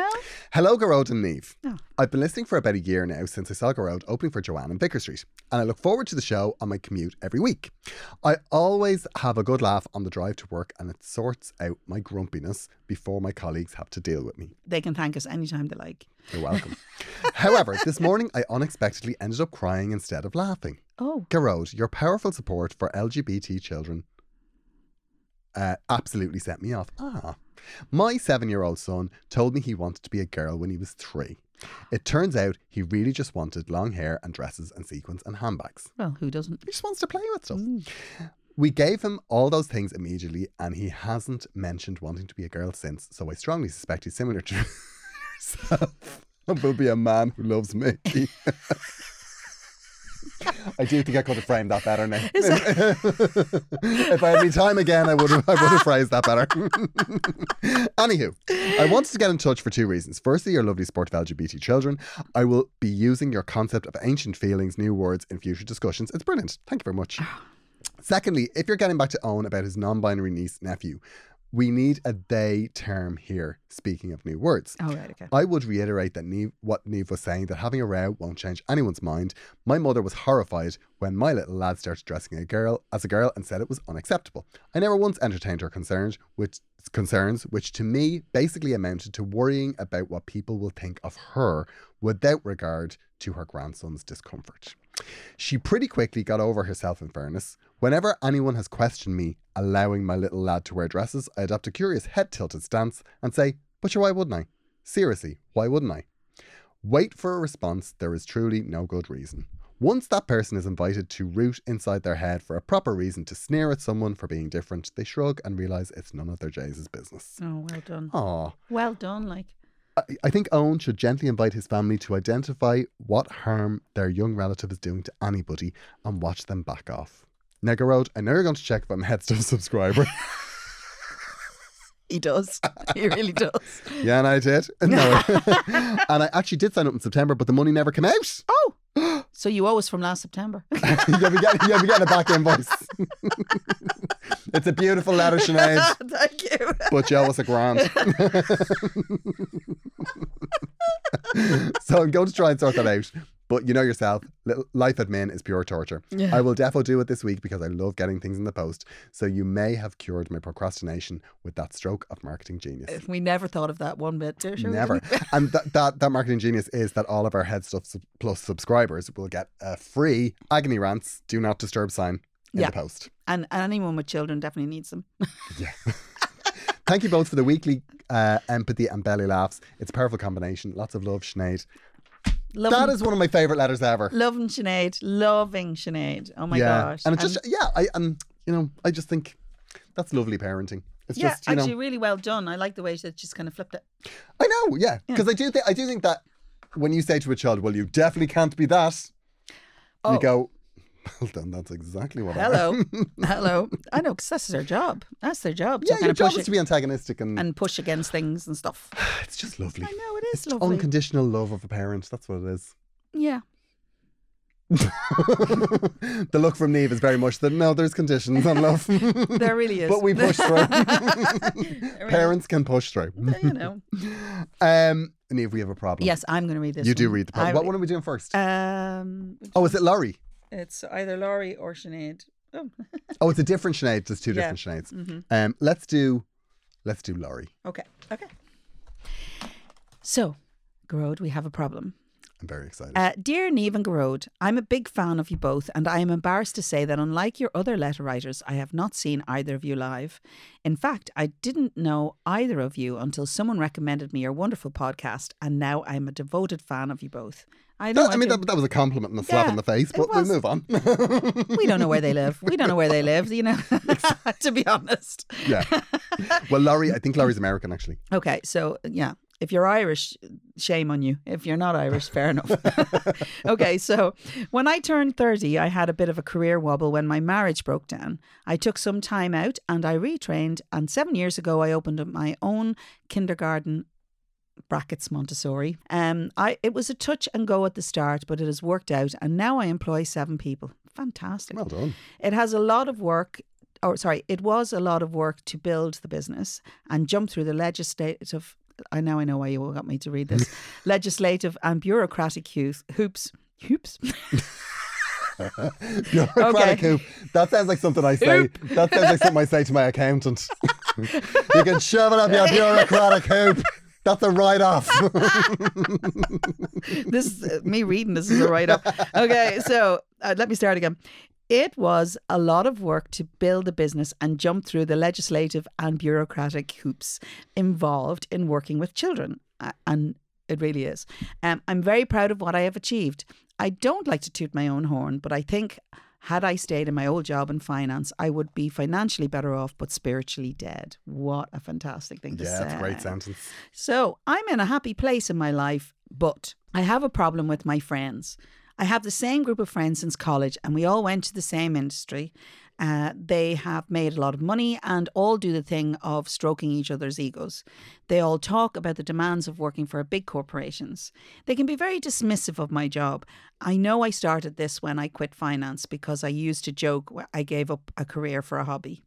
Speaker 4: Hello, Garode and Neve. I've been listening for about a year now since I saw Garode opening for Joanne in Baker Street, and I look forward to the show on my commute every week. I always have a good laugh on the drive to work, and it sorts out my grumpiness before my colleagues have to deal with me.
Speaker 3: They can thank us anytime they like.
Speaker 4: You're welcome. However, this morning I unexpectedly ended up crying instead of laughing.
Speaker 3: Oh,
Speaker 4: Garode, your powerful support for LGBT children uh, absolutely set me off. Ah. My seven year old son told me he wanted to be a girl when he was three. It turns out he really just wanted long hair and dresses and sequins and handbags.
Speaker 3: well, who doesn't?
Speaker 4: He just wants to play with stuff. We gave him all those things immediately, and he hasn't mentioned wanting to be a girl since. So I strongly suspect he's similar to yourself and will be a man who loves me. I do think I could have framed that better now. if I had any time again, I would have, I would have phrased that better. Anywho, I wanted to get in touch for two reasons. Firstly, your lovely support of LGBT children. I will be using your concept of ancient feelings, new words in future discussions. It's brilliant. Thank you very much. Secondly, if you're getting back to Owen about his non binary niece, nephew, we need a they term here, speaking of new words.
Speaker 3: Oh, right, okay.
Speaker 4: I would reiterate that Neve, what Neve was saying that having a row won't change anyone's mind. My mother was horrified when my little lad started dressing a girl as a girl and said it was unacceptable. I never once entertained her concerns, which concerns which to me basically amounted to worrying about what people will think of her without regard to her grandson's discomfort. She pretty quickly got over herself, in fairness. Whenever anyone has questioned me allowing my little lad to wear dresses, I adopt a curious head tilted stance and say, But sure, why wouldn't I? Seriously, why wouldn't I? Wait for a response, there is truly no good reason. Once that person is invited to root inside their head for a proper reason to sneer at someone for being different, they shrug and realize it's none of their jays' business.
Speaker 3: Oh, well done.
Speaker 4: Aw.
Speaker 3: Well done, like.
Speaker 4: I, I think Owen should gently invite his family to identify what harm their young relative is doing to anybody and watch them back off. Negarode, I know you're going to check if I'm a Headstuff subscriber.
Speaker 3: He does. He really does.
Speaker 4: yeah, and I did. No. and I actually did sign up in September, but the money never came out.
Speaker 3: Oh, so you owe us from last September.
Speaker 4: you'll, be getting, you'll be getting a back invoice. it's a beautiful letter, Sinead,
Speaker 3: Thank you.
Speaker 4: but you owe us a grand. so I'm going to try and sort that out. But you know yourself, li- life admin is pure torture.
Speaker 3: Yeah.
Speaker 4: I will defo do it this week because I love getting things in the post. So you may have cured my procrastination with that stroke of marketing genius.
Speaker 3: We never thought of that one bit. There, sure we
Speaker 4: Never.
Speaker 3: didn't.
Speaker 4: and that, that that marketing genius is that all of our Head Stuff Sub- Plus subscribers will get a free agony rants do not disturb sign in
Speaker 3: Yeah.
Speaker 4: the post.
Speaker 3: And, and anyone with children definitely needs them.
Speaker 4: Thank you both for the weekly uh, empathy and belly laughs. It's a powerful combination. Lots of love, Sinead.
Speaker 3: Loving,
Speaker 4: That is one of my favorite letters ever.
Speaker 3: loving Sinead. Loving Sinead. Oh my
Speaker 4: yeah,
Speaker 3: gosh.
Speaker 4: and it just yeah, I um, you know, I just think that's lovely parenting. It's
Speaker 3: yeah,
Speaker 4: just you know,
Speaker 3: actually, really well done. I like the way she just kind of flipped it.
Speaker 4: I know, yeah, because I do think I do think that when you say to a child, "Well, you definitely can't be that,"
Speaker 3: Oh.
Speaker 4: you go, "Well, then that's exactly what I."
Speaker 3: Hello. Hello. I know, because that's their job. That's their job.
Speaker 4: Yeah,
Speaker 3: to
Speaker 4: your
Speaker 3: kind of
Speaker 4: job
Speaker 3: push
Speaker 4: is
Speaker 3: it
Speaker 4: to be antagonistic, and,
Speaker 3: and push against things and stuff.
Speaker 4: it's just lovely.
Speaker 3: I know, it is
Speaker 4: It's just
Speaker 3: lovely.
Speaker 4: unconditional love of a parent. That's what it is.
Speaker 3: Yeah.
Speaker 4: the look from Neve is very much that no, there's conditions on love.
Speaker 3: There really is.
Speaker 4: but we push through.
Speaker 3: There really-
Speaker 4: Parents can push through.
Speaker 3: You know.
Speaker 4: Um, And if we have a problem,
Speaker 3: Yes, I'm going to read this.
Speaker 4: you
Speaker 3: one.
Speaker 4: do read the
Speaker 3: I
Speaker 4: problem. What one are we doing first?
Speaker 3: Um,
Speaker 4: oh, is it Laurie?
Speaker 3: it's either Laurie or Sinead. Oh,
Speaker 4: Oh, it's a different Sinead. There's two
Speaker 3: Yeah. Mm-hmm.
Speaker 4: different Sineads. Um, let's do, let's do Laurie.
Speaker 3: okay, okay. So, Grode, we have a problem.
Speaker 4: I'm very excited.
Speaker 3: Uh, dear Neve and Garode, I'm a big fan of you both, and I am embarrassed to say that unlike your other letter writers, I have not seen either of you live. In fact, I didn't know either of you until someone recommended me your wonderful podcast, and now I'm a devoted fan of you both. I know.
Speaker 4: That- I mean, that, that was a compliment and a slap
Speaker 3: Yeah,
Speaker 4: in the face,
Speaker 3: it
Speaker 4: but we'll
Speaker 3: was.
Speaker 4: move on.
Speaker 3: we don't know where they live. We don't know where they live. You know, to be honest.
Speaker 4: yeah. Well, Laurie, I think Laurie's American, actually.
Speaker 3: Okay, so yeah, if you're Irish, shame on you. If you're not Irish, fair enough. okay, so when I turned 30, I had a bit of a career wobble when my marriage broke down. I took some time out and I retrained, and seven years ago, I opened up my own kindergarten brackets Montessori. Um, I it was a touch and go at the start, but it has worked out, and now I employ seven people. Fantastic.
Speaker 4: Well done.
Speaker 3: It has a lot of work, or sorry, it was a lot of work to build the business and jump through the legislative. I now I know why you all got me to read this legislative and bureaucratic hoops. Hoops. Hoops.
Speaker 4: Bureaucratic hoop. That sounds like something I say. That sounds like something I say to my accountant. you can shove it up your bureaucratic hoop. That's a write off.
Speaker 3: this is, me reading this is a write up. Okay, so uh, let me start again. It was a lot of work to build a business and jump through the legislative and bureaucratic hoops involved in working with children. A- And it really is. Um, I'm very proud of what I have achieved. I don't like to toot my own horn, but I think had I stayed in my old job in finance, I would be financially better off, but spiritually dead. What a fantastic thing to say.
Speaker 4: yeah, that's a great sentence.
Speaker 3: So I'm in a happy place in my life, but I have a problem with my friends. I have the same group of friends since college, and we all went to the same industry. Uh, they have made a lot of money and all do the thing of stroking each other's egos. They all talk about the demands of working for big corporations. They can be very dismissive of my job. I know I started this when I quit finance because I used to joke I gave up a career for a hobby.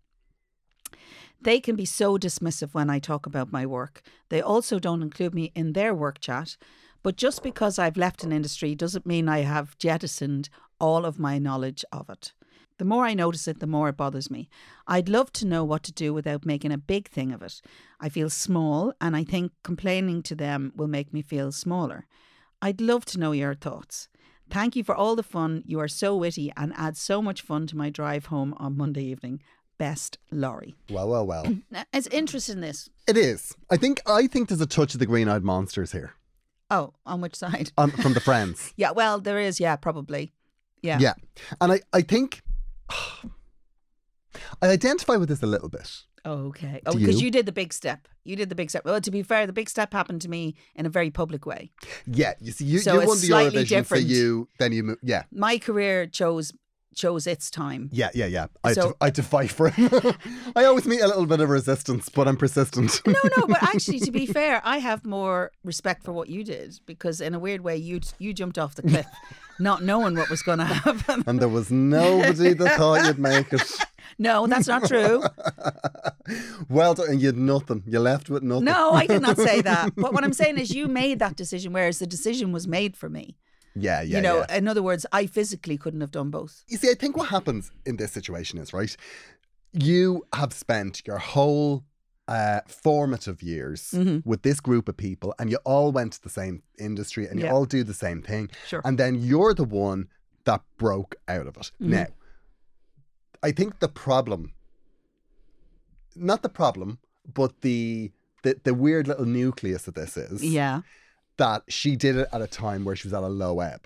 Speaker 3: They can be so dismissive when I talk about my work. They also don't include me in their work chat. But just because I've left an industry doesn't mean I have jettisoned all of my knowledge of it. The more I notice it, the more it bothers me. I'd love to know what to do without making a big thing of it. I feel small, and I think complaining to them will make me feel smaller. I'd love to know your thoughts. Thank you for all the fun. You are so witty and add so much fun to my drive home on Monday evening. Best, Laurie.
Speaker 4: Well, well, well.
Speaker 3: Now, It's interesting this.
Speaker 4: It is. I think I think there's a touch of the green eyed monsters here.
Speaker 3: Oh, on which side?
Speaker 4: Um, from the friends.
Speaker 3: Yeah, well, there is. Yeah, probably. Yeah.
Speaker 4: Yeah. And I, I think I identify with this a little bit.
Speaker 3: Okay. Oh,
Speaker 4: Do
Speaker 3: because
Speaker 4: you?
Speaker 3: you did the big step. You did the big step. Well, to be fair, the big step happened to me in a very public way.
Speaker 4: Yeah. You see, you,
Speaker 3: So
Speaker 4: you
Speaker 3: it's
Speaker 4: won the
Speaker 3: slightly
Speaker 4: Eurovision
Speaker 3: different.
Speaker 4: for you, then you move. Yeah.
Speaker 3: My career chose chose its time.
Speaker 4: Yeah, yeah, yeah. I,
Speaker 3: So-
Speaker 4: de- I defy for it. I always meet a little bit of resistance, but I'm persistent.
Speaker 3: No, no, but actually, to be fair, I have more respect for what you did because, in a weird way, you you jumped off the cliff, not knowing what was going to happen.
Speaker 4: and there was nobody that thought you'd make it.
Speaker 3: No, that's not true.
Speaker 4: Well done. And you had nothing. You left with nothing.
Speaker 3: No, I did not say that. But what I'm saying is, you made that decision, whereas the decision was made for me.
Speaker 4: Yeah, yeah,
Speaker 3: you know,
Speaker 4: yeah.
Speaker 3: in other words, I physically couldn't have done both.
Speaker 4: You see, I think what happens in this situation is, right, you have spent your whole uh, formative years
Speaker 3: Mm-hmm.
Speaker 4: with this group of people and you all went to the same industry and you
Speaker 3: Yeah.
Speaker 4: all do the same thing.
Speaker 3: Sure.
Speaker 4: And then you're the one that broke out of it.
Speaker 3: Mm-hmm.
Speaker 4: Now, I think the problem, not the problem, but the, the, the weird little nucleus of this is
Speaker 3: Yeah.
Speaker 4: that she did it at a time where she was at a low ebb.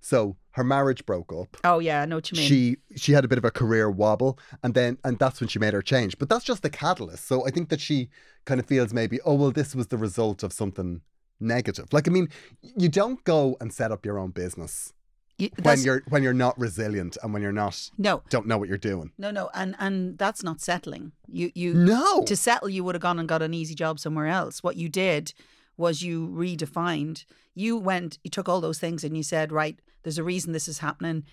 Speaker 4: So her marriage broke up.
Speaker 3: Oh yeah, I know what you mean.
Speaker 4: She she had a bit of a career wobble, and then and that's when she made her change. But that's just the catalyst. So I think that she kind of feels maybe, oh well, this was the result of something negative. Like I mean, you don't go and set up your own business
Speaker 3: You-
Speaker 4: when
Speaker 3: that's-
Speaker 4: you're when you're not resilient and when you're not
Speaker 3: no,
Speaker 4: don't know what you're doing.
Speaker 3: no, no, and and that's not settling. You you
Speaker 4: No,
Speaker 3: to settle, you would have gone and got an easy job somewhere else. What you did was you redefined. You went, you took all those things, and you said, right, there's a reason this is happening.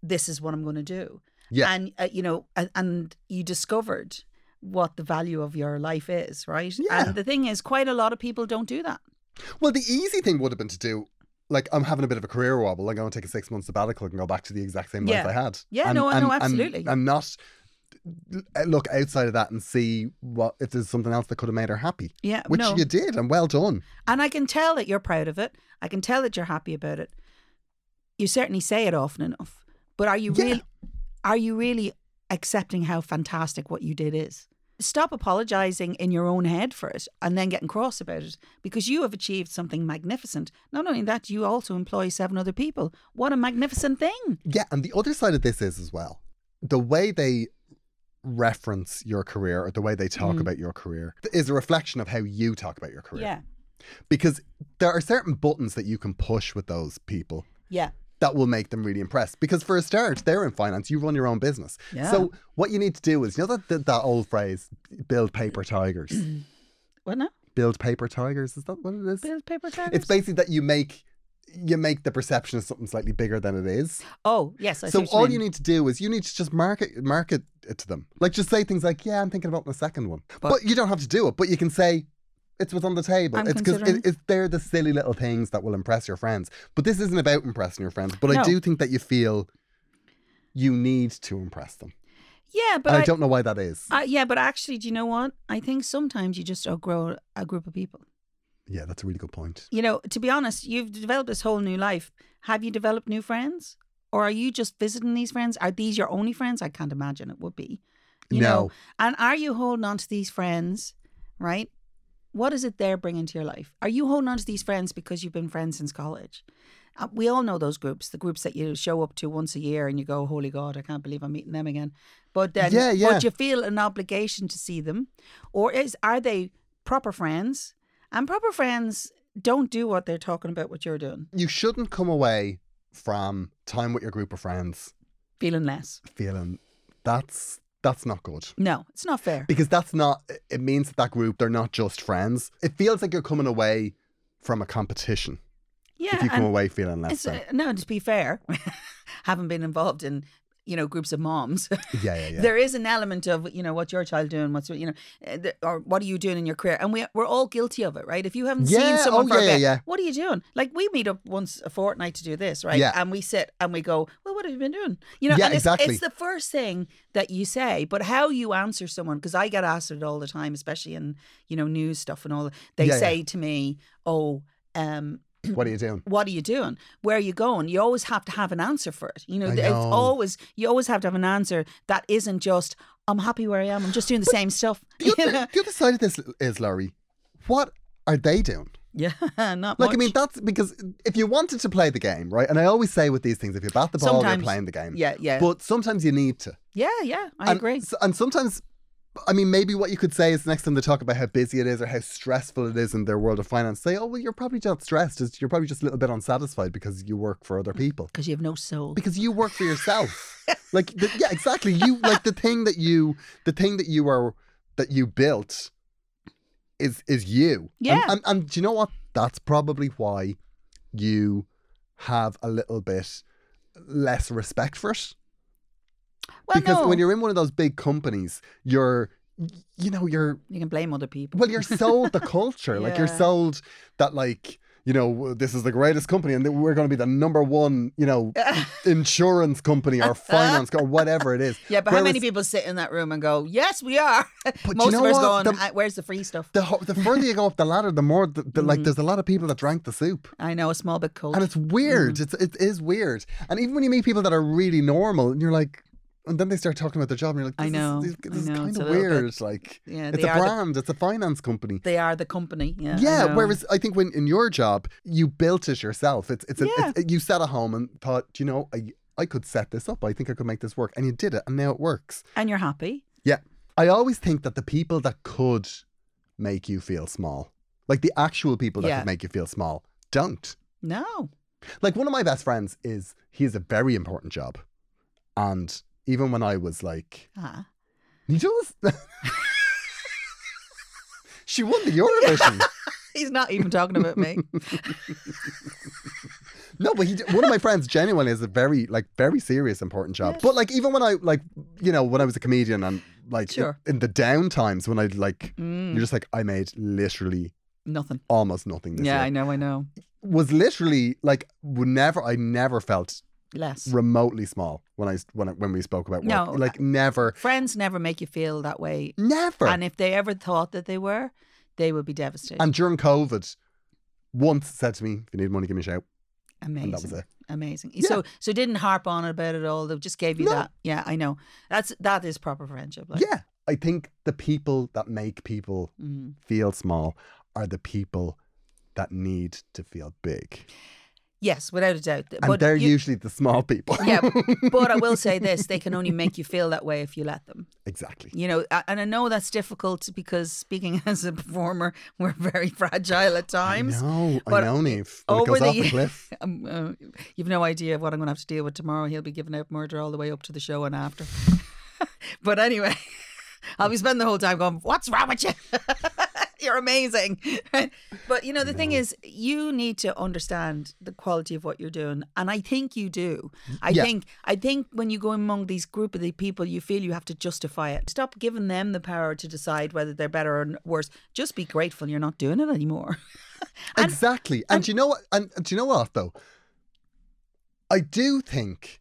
Speaker 3: This is what I'm going to do.
Speaker 4: yeah,
Speaker 3: and uh, you know and, and you discovered what the value of your life is, right?
Speaker 4: Yeah.
Speaker 3: And the thing is, quite a lot of people don't do that.
Speaker 4: Well, the easy thing would have been to do, like, I'm having a bit of a career wobble. I'm going to take a six month sabbatical and go back to the exact same
Speaker 3: Yeah.
Speaker 4: life I had.
Speaker 3: Yeah,
Speaker 4: And-
Speaker 3: no,
Speaker 4: and-
Speaker 3: no,
Speaker 4: and-
Speaker 3: absolutely.
Speaker 4: And, not uh, look outside of that and see what if there's something else that could have made her happy.
Speaker 3: Yeah,
Speaker 4: Which
Speaker 3: Uh, no.
Speaker 4: you did, and well done.
Speaker 3: And I can tell that you're proud of it. I can tell that you're happy about it. You certainly say it often enough. But are you
Speaker 4: Yeah.
Speaker 3: really are you really accepting how fantastic what you did is? Stop apologizing in your own head for it and then getting cross about it because you have achieved something magnificent. Not only that, you also employ seven other people. What a magnificent thing.
Speaker 4: Yeah, and the other side of this is as well the way they reference your career or the way they talk
Speaker 3: Mm.
Speaker 4: about your career is a reflection of how you talk about your career. Because there are certain buttons that you can push with those people
Speaker 3: Yeah.
Speaker 4: that will make them really impressed. Because for a start, they're in finance, you run your own business.
Speaker 3: Yeah.
Speaker 4: So what you need to do is, you know that that, that old phrase, build paper tigers.
Speaker 3: What now?
Speaker 4: build paper tigers, is that what it is?
Speaker 3: Build paper tigers?
Speaker 4: It's basically that you make you make the perception of something slightly bigger than it is.
Speaker 3: oh, yes. I see
Speaker 4: so
Speaker 3: what
Speaker 4: all
Speaker 3: mean.
Speaker 4: you need to do is you need to just market market it to them. Like just say things like, "Yeah, I'm thinking about the second one," but, you don't have to do it. But you can say. It's what's on the table.
Speaker 3: I'm
Speaker 4: it's because
Speaker 3: considering.
Speaker 4: it, it's they're the silly little things that will impress your friends. But this isn't about impressing your friends. But
Speaker 3: No.
Speaker 4: I do think that you feel you need to impress them.
Speaker 3: Yeah, but
Speaker 4: and I,
Speaker 3: I-
Speaker 4: don't know why that is.
Speaker 3: Uh, yeah, but actually, do you know what? I think sometimes you just outgrow a group of people.
Speaker 4: yeah, that's a really good point.
Speaker 3: You know, to be honest, you've developed this whole new life. Have you developed new friends? Or are you just visiting these friends? Are these your only friends? I can't imagine it would be. You know,
Speaker 4: No.
Speaker 3: and are you holding on to these friends, right? What is it they're bringing to your life? Are you holding on to these friends because you've been friends since college? Uh, we all know those groups, the groups that you show up to once a year and you go, "Holy God, I can't believe I'm meeting them again." But then,
Speaker 4: Yeah, yeah.
Speaker 3: but you feel an obligation to see them, or is are they proper friends? And proper friends don't do what they're talking about what you're doing,
Speaker 4: You shouldn't come away from time with your group of friends
Speaker 3: feeling less.
Speaker 4: feeling that's that's not good.
Speaker 3: No, it's not fair.
Speaker 4: because that's not it- it means that that group they're not just friends it feels like you're coming away from a competition
Speaker 3: yeah,
Speaker 4: if you come
Speaker 3: and-
Speaker 4: away feeling less
Speaker 3: It's,
Speaker 4: than
Speaker 3: uh, no, to be fair, haven't been involved in you know groups of moms.
Speaker 4: yeah yeah yeah
Speaker 3: There is an element of you know what's your child doing, what's you know, uh, the- or what are you doing in your career, and we we're all guilty of it, right? If you haven't seen
Speaker 4: Yeah,
Speaker 3: someone
Speaker 4: oh,
Speaker 3: for a
Speaker 4: yeah, yeah,
Speaker 3: bit,
Speaker 4: yeah.
Speaker 3: what are you doing? Like we meet up once a fortnight to do this, right?
Speaker 4: Yeah.
Speaker 3: And we sit and we go, well, what have you been doing? You know,
Speaker 4: Yeah,
Speaker 3: and it's,
Speaker 4: exactly.
Speaker 3: it's the first thing that you say, but how you answer someone, because I get asked it all the time, especially in you know news stuff and all. They
Speaker 4: Yeah, yeah.
Speaker 3: say to me, oh. Um,
Speaker 4: what are you doing
Speaker 3: what are you doing? Where are you going? You always have to have an answer for it. You know,
Speaker 4: I
Speaker 3: it's
Speaker 4: know.
Speaker 3: always you always have to have an answer that isn't just I'm happy where I am. I'm just doing the same stuff.
Speaker 4: the
Speaker 3: You
Speaker 4: other,
Speaker 3: know?
Speaker 4: the other side of this is Laurie what are they doing
Speaker 3: Yeah, not
Speaker 4: like
Speaker 3: much.
Speaker 4: I mean that's because if you wanted to play the game right and I always say with these things if you bat the ball
Speaker 3: Sometimes.
Speaker 4: you're playing the game
Speaker 3: yeah, yeah,
Speaker 4: but sometimes you need to
Speaker 3: yeah, yeah. I
Speaker 4: and,
Speaker 3: agree.
Speaker 4: s- And sometimes, I mean, maybe what you could say is next time they talk about how busy it is or how stressful it is in their world of finance, say, oh, well, you're probably not stressed. It's- You're probably just a little bit unsatisfied because you work for other people,
Speaker 3: Because you have no soul.
Speaker 4: because you work for yourself. like, the, yeah, exactly. You like the thing that you, the thing that you are, that you built is, is you.
Speaker 3: Yeah.
Speaker 4: And, and, and do you know what? That's probably why you have a little bit less respect for it
Speaker 3: Well,
Speaker 4: because
Speaker 3: no,
Speaker 4: when you're in one of those big companies, you're, you know, you're
Speaker 3: you can blame other people.
Speaker 4: well, you're sold the culture. Like you're
Speaker 3: Yeah.
Speaker 4: sold that, like you know, this is the greatest company, and that we're going to be the number one, you know, insurance company or finance co- or whatever it is.
Speaker 3: yeah, but how many
Speaker 4: Whereas
Speaker 3: people sit in that room and go, "Yes, we are."
Speaker 4: you
Speaker 3: Most
Speaker 4: know
Speaker 3: of us
Speaker 4: what?
Speaker 3: going,
Speaker 4: The-
Speaker 3: "Uh, "Where's the free stuff?"
Speaker 4: The, ho- the further you go up the ladder, the more the, the,
Speaker 3: Mm-hmm.
Speaker 4: like there's a lot of people that drank the soup.
Speaker 3: I know a small bit cold.
Speaker 4: And it's weird.
Speaker 3: Mm-hmm.
Speaker 4: It's it is weird. And even when you meet people that are really normal, and you're like, and then they start talking about their job, and you're like,
Speaker 3: I
Speaker 4: this
Speaker 3: know,
Speaker 4: is,
Speaker 3: I
Speaker 4: this, this
Speaker 3: know,
Speaker 4: is kind
Speaker 3: it's a
Speaker 4: of
Speaker 3: little bit-
Speaker 4: weird. Like,
Speaker 3: Yeah,
Speaker 4: it's
Speaker 3: they
Speaker 4: a
Speaker 3: are the-
Speaker 4: brand. It's a finance company.
Speaker 3: they are the company. Yeah. I
Speaker 4: Yeah,
Speaker 3: know.
Speaker 4: whereas I think when in your job you built it yourself. It's it's, an,
Speaker 3: Yeah.
Speaker 4: it's you sat at home and thought, "Do you know, I I could set this up. I think I could make this work, and you did it, and now it works.
Speaker 3: and you're happy.
Speaker 4: Yeah, I always think that the people that could make you feel small, like the actual people that
Speaker 3: Yeah.
Speaker 4: could make you feel small, don't.
Speaker 3: No.
Speaker 4: Like one of my best friends is he has a very important job, and even when I was like,
Speaker 3: Ah.
Speaker 4: he does. she won the Eurovision.
Speaker 3: He's not even talking about me.
Speaker 4: No, but he, one of my friends genuinely has a very, like, very serious, important job. But like, even when I, like, you know, when I was a comedian and like in-
Speaker 3: Sure.
Speaker 4: in, the down times when I like
Speaker 3: Mm,
Speaker 4: you're just like I made literally
Speaker 3: nothing.
Speaker 4: almost nothing this
Speaker 3: Yeah,
Speaker 4: year.
Speaker 3: I know, I know.
Speaker 4: Was literally like would never I never felt
Speaker 3: Less.
Speaker 4: remotely small when I when I, when we spoke about work.
Speaker 3: No.
Speaker 4: like never
Speaker 3: Friends never make you feel that way.
Speaker 4: never.
Speaker 3: And if they ever thought that they were, they would be devastated.
Speaker 4: And during COVID, once said to me, "If you need money, give me a shout."
Speaker 3: Amazing.
Speaker 4: And that was it.
Speaker 3: Amazing.
Speaker 4: Yeah.
Speaker 3: So so didn't harp on about it all. They just gave you
Speaker 4: No.
Speaker 3: that. Yeah, I know. That's that is proper friendship. Like,
Speaker 4: yeah, I think the people that make people
Speaker 3: Mm.
Speaker 4: feel small are the people that need to feel big,
Speaker 3: Yes, without a doubt.
Speaker 4: and they're usually the small people.
Speaker 3: yeah, but I will say this: they can only make you feel that way if you let them.
Speaker 4: exactly.
Speaker 3: You know, a- and I know that's difficult because speaking as a performer, we're very fragile at times.
Speaker 4: No, I
Speaker 3: But
Speaker 4: know, Neve. When it
Speaker 3: over
Speaker 4: goes
Speaker 3: the
Speaker 4: off the
Speaker 3: ye-
Speaker 4: cliff.
Speaker 3: Um, uh, you've no idea what I'm going to have to deal with tomorrow. He'll be giving out murder all the way up to the show and after. but anyway, I'll be spending the whole time going, "What's wrong with you? You're amazing." but you know, the thing is, you need to understand the quality of what you're doing, and I think you do. I
Speaker 4: Yeah.
Speaker 3: think I think when you go among these group of the people, you feel you have to justify it. Stop giving them the power to decide whether they're better or n- worse. Just be grateful you're not doing it anymore.
Speaker 4: exactly. And, do you know what? And, and do you know what though? I do think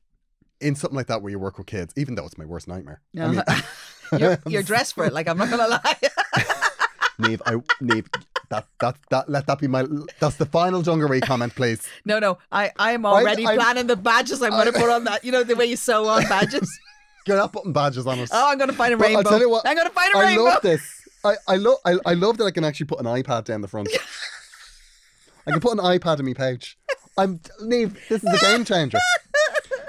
Speaker 4: in something like that where you work with kids, even though it's my worst nightmare. I mean,
Speaker 3: you're, you're dressed for it. Like I'm not gonna lie.
Speaker 4: Neve, I Neve, that that that let that be my that's the final dungaree comment, please.
Speaker 3: No, no, I, I'm already
Speaker 4: I'm-
Speaker 3: planning the badges I'm going to put on that. You know, the way you sew on badges.
Speaker 4: You're not putting badges on us.
Speaker 3: Oh, I'm going to find a
Speaker 4: But
Speaker 3: rainbow.
Speaker 4: I'll tell you what,
Speaker 3: I'm going to find a
Speaker 4: I
Speaker 3: rainbow.
Speaker 4: love this. I, I love I, I love that I can actually put an iPad down the front. I can put an iPad in my pouch. I'm Neve, this is a game changer.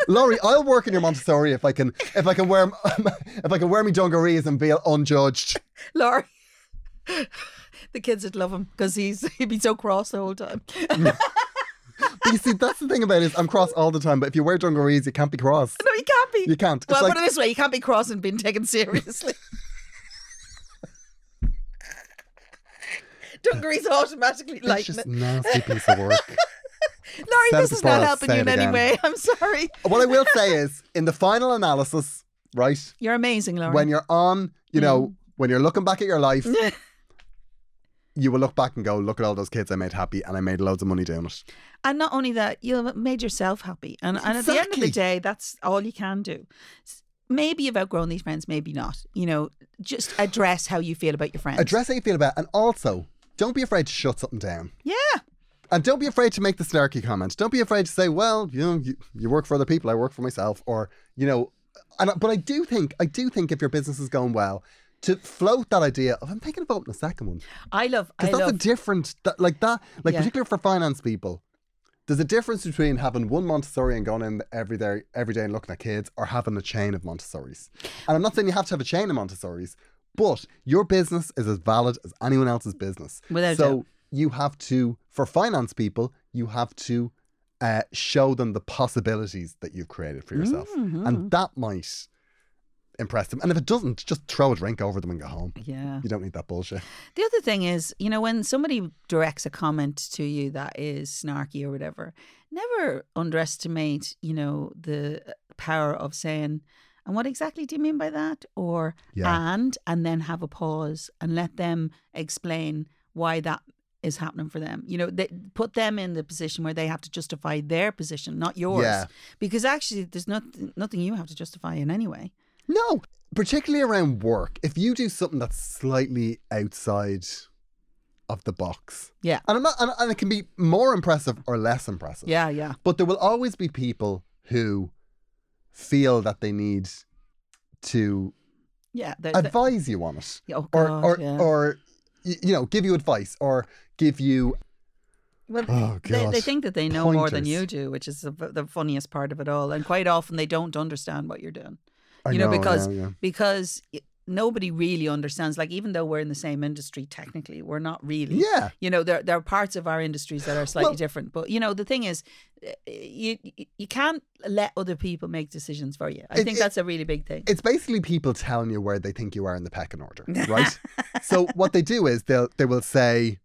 Speaker 4: Laurie, I'll work in your Montessori if I can if I can wear m- if I can wear me dungarees and be unjudged.
Speaker 3: Laurie. The kids would love him because he's he'd be so cross the whole time.
Speaker 4: But you see, that's the thing about it is I'm cross all the time, but if you wear dungarees, you can't be cross.
Speaker 3: No, you can't be.
Speaker 4: You can't. It's
Speaker 3: Well,
Speaker 4: like-
Speaker 3: put it this way: you can't be cross and being taken seriously. Dungarees automatically like.
Speaker 4: It's just nasty piece of work.
Speaker 3: Laurie,
Speaker 4: Send
Speaker 3: this
Speaker 4: the
Speaker 3: is not
Speaker 4: boss,
Speaker 3: helping
Speaker 4: say
Speaker 3: you in
Speaker 4: it
Speaker 3: any
Speaker 4: again.
Speaker 3: way. I'm sorry.
Speaker 4: what I will say is, in the final analysis, right,
Speaker 3: You're amazing, Laurie.
Speaker 4: when you're on, you know, when you're looking back at your life, you will look back and go, look at all those kids I made happy and I made loads of money doing it.
Speaker 3: And not only that, you've made yourself happy. And, and at the end of the
Speaker 4: Exactly.
Speaker 3: day, that's all you can do. S- Maybe you've outgrown these friends, maybe not. You know, just address how you feel about your friends.
Speaker 4: Address how you feel about it. And also, don't be afraid to shut something down.
Speaker 3: Yeah.
Speaker 4: And don't be afraid to make the snarky comment. Don't be afraid to say, well, you know, you, you work for other people, I work for myself. Or, you know, and I- but I do think, I do think if your business is going well, to float that idea of, I'm thinking of opening a second one.
Speaker 3: I love, I
Speaker 4: Because that's a
Speaker 3: love.
Speaker 4: different, that, like that, like
Speaker 3: Yeah.
Speaker 4: particularly for finance people. There's a difference between having one Montessori and going in every day, every day and looking at kids, or having a chain of Montessoris. And I'm not saying you have to have a chain of Montessoris, but your business is as valid as anyone else's business.
Speaker 3: Without
Speaker 4: so
Speaker 3: doubt.
Speaker 4: you have to, for finance people, you have to uh, show them the possibilities that you've created for yourself,
Speaker 3: Mm-hmm.
Speaker 4: and that might impress them. And if it doesn't, just throw a drink over them and go home.
Speaker 3: yeah.
Speaker 4: You don't need that bullshit.
Speaker 3: The other thing is, you know, when somebody directs a comment to you that is snarky or whatever, never underestimate, you know, the power of saying, and what exactly do you mean by that? Or,
Speaker 4: Yeah.
Speaker 3: and, and then have a pause and let them explain why that is happening for them. You know, they, put them in the position where they have to justify their position, not yours.
Speaker 4: Yeah.
Speaker 3: Because actually, there's not, nothing you have to justify in any way.
Speaker 4: No, particularly around work. If you do something that's slightly outside of the box,
Speaker 3: Yeah.
Speaker 4: and I'm not, and, and it can be more impressive or less impressive.
Speaker 3: Yeah, yeah.
Speaker 4: But there will always be people who feel that they need to
Speaker 3: Yeah. the- the-
Speaker 4: advise you on it,
Speaker 3: Oh,
Speaker 4: or
Speaker 3: God,
Speaker 4: or
Speaker 3: yeah.
Speaker 4: or y- you know, give you advice or give you.
Speaker 3: Well,
Speaker 4: Oh,
Speaker 3: they, they
Speaker 4: God.
Speaker 3: think that they know more than
Speaker 4: Pointers.
Speaker 3: you do, which is the, the funniest part of it all. And quite often they don't understand what you're doing.
Speaker 4: I
Speaker 3: you know, because
Speaker 4: yeah, yeah.
Speaker 3: because y- nobody really understands. Like even though we're in the same industry, technically we're not really.
Speaker 4: Yeah.
Speaker 3: You know, there there are parts of our industries that are slightly
Speaker 4: Well-
Speaker 3: different. But you know, the thing is, uh, you you- you can't let other people make decisions for you. I
Speaker 4: It-
Speaker 3: think
Speaker 4: it-
Speaker 3: that's a really big thing.
Speaker 4: it's basically people telling you where they think you are in the pecking order, right? so what they do is they'll they will say,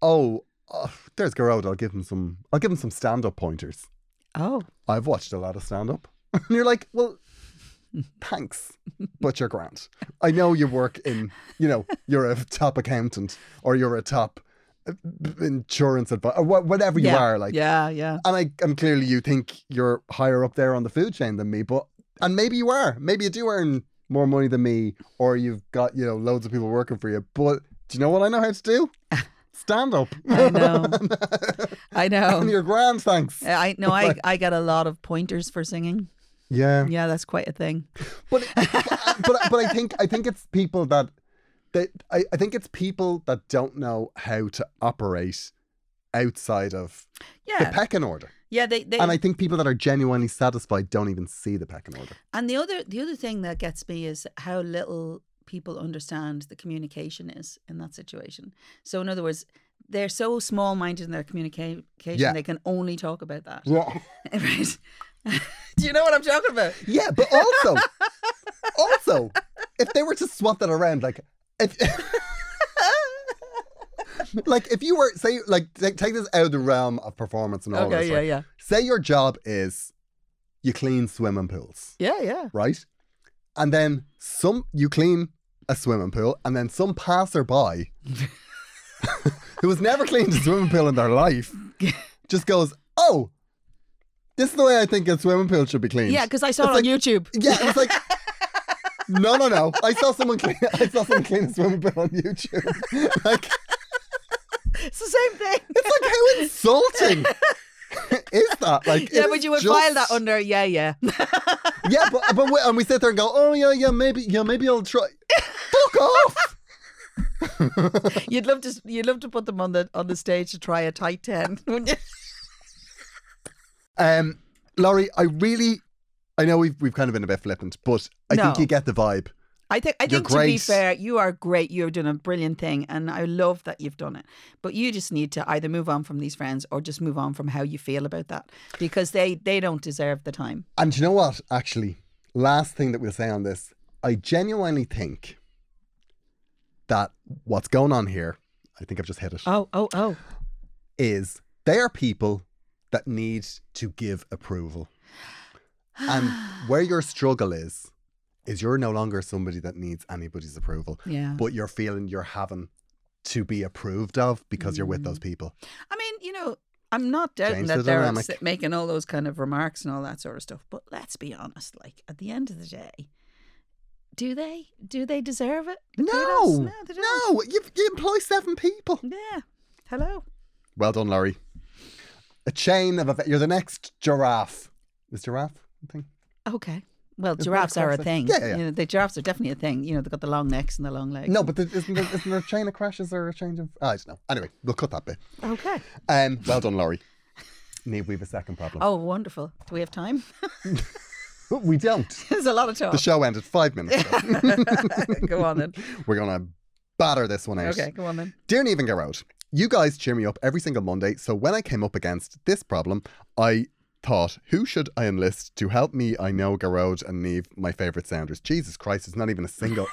Speaker 4: "Oh, uh, there's Garode. I'll give him some. I'll give him some stand up pointers.
Speaker 3: oh,
Speaker 4: I've watched a lot of stand up." and you're like, "Well, thanks, but you're grand. I know you work in, you know, you're a top accountant or you're a top uh, b- insurance advisor, whatever you
Speaker 3: yeah.
Speaker 4: are. Like,
Speaker 3: yeah, yeah.
Speaker 4: and I, and clearly you think you're higher up there on the food chain than me, but and maybe you are. Maybe you do earn more money than me, or you've got you know loads of people working for you. But do you know what I know how to do? Stand up.
Speaker 3: I know. I
Speaker 4: and
Speaker 3: know.
Speaker 4: your grand thanks.
Speaker 3: I know. I I get a lot of pointers for singing.
Speaker 4: Yeah,
Speaker 3: Yeah, that's quite a thing.
Speaker 4: but but but I think I think it's people that that I, I think it's people that don't know how to operate outside of the
Speaker 3: Yeah,
Speaker 4: pecking order.
Speaker 3: yeah. They, they
Speaker 4: And I think people that are genuinely satisfied don't even see the pecking order.
Speaker 3: And the other the other thing that gets me is how little people understand the communication is in that situation. So in other words, they're so small minded in their communication
Speaker 4: Yeah.
Speaker 3: they can only talk about that.
Speaker 4: Yeah.
Speaker 3: Right. Do you know what I'm talking about?
Speaker 4: Yeah, but also, also, if they were to swap that around, like, if, like if you were say, like, take, take this out of the realm of performance and all
Speaker 3: okay,
Speaker 4: this.
Speaker 3: yeah,
Speaker 4: Oh, right?
Speaker 3: yeah.
Speaker 4: Say your job is you clean swimming pools,
Speaker 3: Yeah, yeah.
Speaker 4: right? And then some you clean a swimming pool, and then some passerby who has never cleaned a swimming pool in their life just goes, "Oh, this is the way I think a swimming pool should be cleaned."
Speaker 3: Yeah, because I saw it on YouTube.
Speaker 4: Yeah, it was like, no, no, no. I saw someone clean. I saw someone clean a swimming pool on YouTube. Like,
Speaker 3: It's the same thing.
Speaker 4: it's like how insulting is that? Like,
Speaker 3: yeah,
Speaker 4: it
Speaker 3: but
Speaker 4: is
Speaker 3: you would
Speaker 4: just-
Speaker 3: file that under yeah, yeah.
Speaker 4: Yeah, but but we, and we sit there and go, oh yeah, yeah, maybe, yeah, maybe I'll try. Fuck off.
Speaker 3: You'd love to you'd love to put them on the on the stage to try a tight ten, wouldn't you?
Speaker 4: Um, Laurie, I really, I know we've we've kind of been a bit flippant, but I think
Speaker 3: No.
Speaker 4: you get the vibe.
Speaker 3: I think I
Speaker 4: Your
Speaker 3: think to be
Speaker 4: grace.
Speaker 3: fair, you are great. You're doing a brilliant thing, and I love that you've done it. But you just need to either move on from these friends or just move on from how you feel about that because they they don't deserve the time.
Speaker 4: And do you know what? Actually, last thing that we'll say on this, I genuinely think that what's going on here, I think I've just hit it, is
Speaker 3: Oh oh oh
Speaker 4: they are people that need to give approval. And where your struggle is, is you're no longer somebody that needs anybody's approval,
Speaker 3: yeah.
Speaker 4: but you're feeling you're having to be approved of because you're
Speaker 3: Mm.
Speaker 4: with those people.
Speaker 3: I mean, you know, I'm not doubting
Speaker 4: Change
Speaker 3: that
Speaker 4: the
Speaker 3: they're
Speaker 4: dynamic.
Speaker 3: upset- making all those kind of remarks and all that sort of stuff. But let's be honest, like at the end of the day, do they do they deserve it? The kudos?
Speaker 4: No,
Speaker 3: no, they don't.
Speaker 4: no, you you employ seven people.
Speaker 3: Yeah. Hello.
Speaker 4: Well done, Laurie. A chain of events. You're the next giraffe. Is giraffe a thing?
Speaker 3: Okay. Well,
Speaker 4: Isn't that
Speaker 3: giraffes are a
Speaker 4: classic?
Speaker 3: thing.
Speaker 4: Yeah, yeah, yeah.
Speaker 3: You know, the giraffes are definitely a thing. You know, they've got the long necks and the long legs.
Speaker 4: No, but there, isn't, there, isn't there a chain of crashes or a change of. I don't know. Anyway, we'll cut that bit.
Speaker 3: Okay.
Speaker 4: Um, well done, Laurie. Need we have a second problem?
Speaker 3: Oh, wonderful. Do we have time?
Speaker 4: We don't.
Speaker 3: There's a lot of talk.
Speaker 4: The show ended five minutes ago.
Speaker 3: go on then.
Speaker 4: We're going to batter this one out.
Speaker 3: Okay, go on then.
Speaker 4: Dear Neve and Garrod, you guys cheer me up every single Monday, so when I came up against this problem, I thought, who should I enlist to help me? I know Garrod and Neve, my favourite sounders. Jesus Christ, it's not even a single.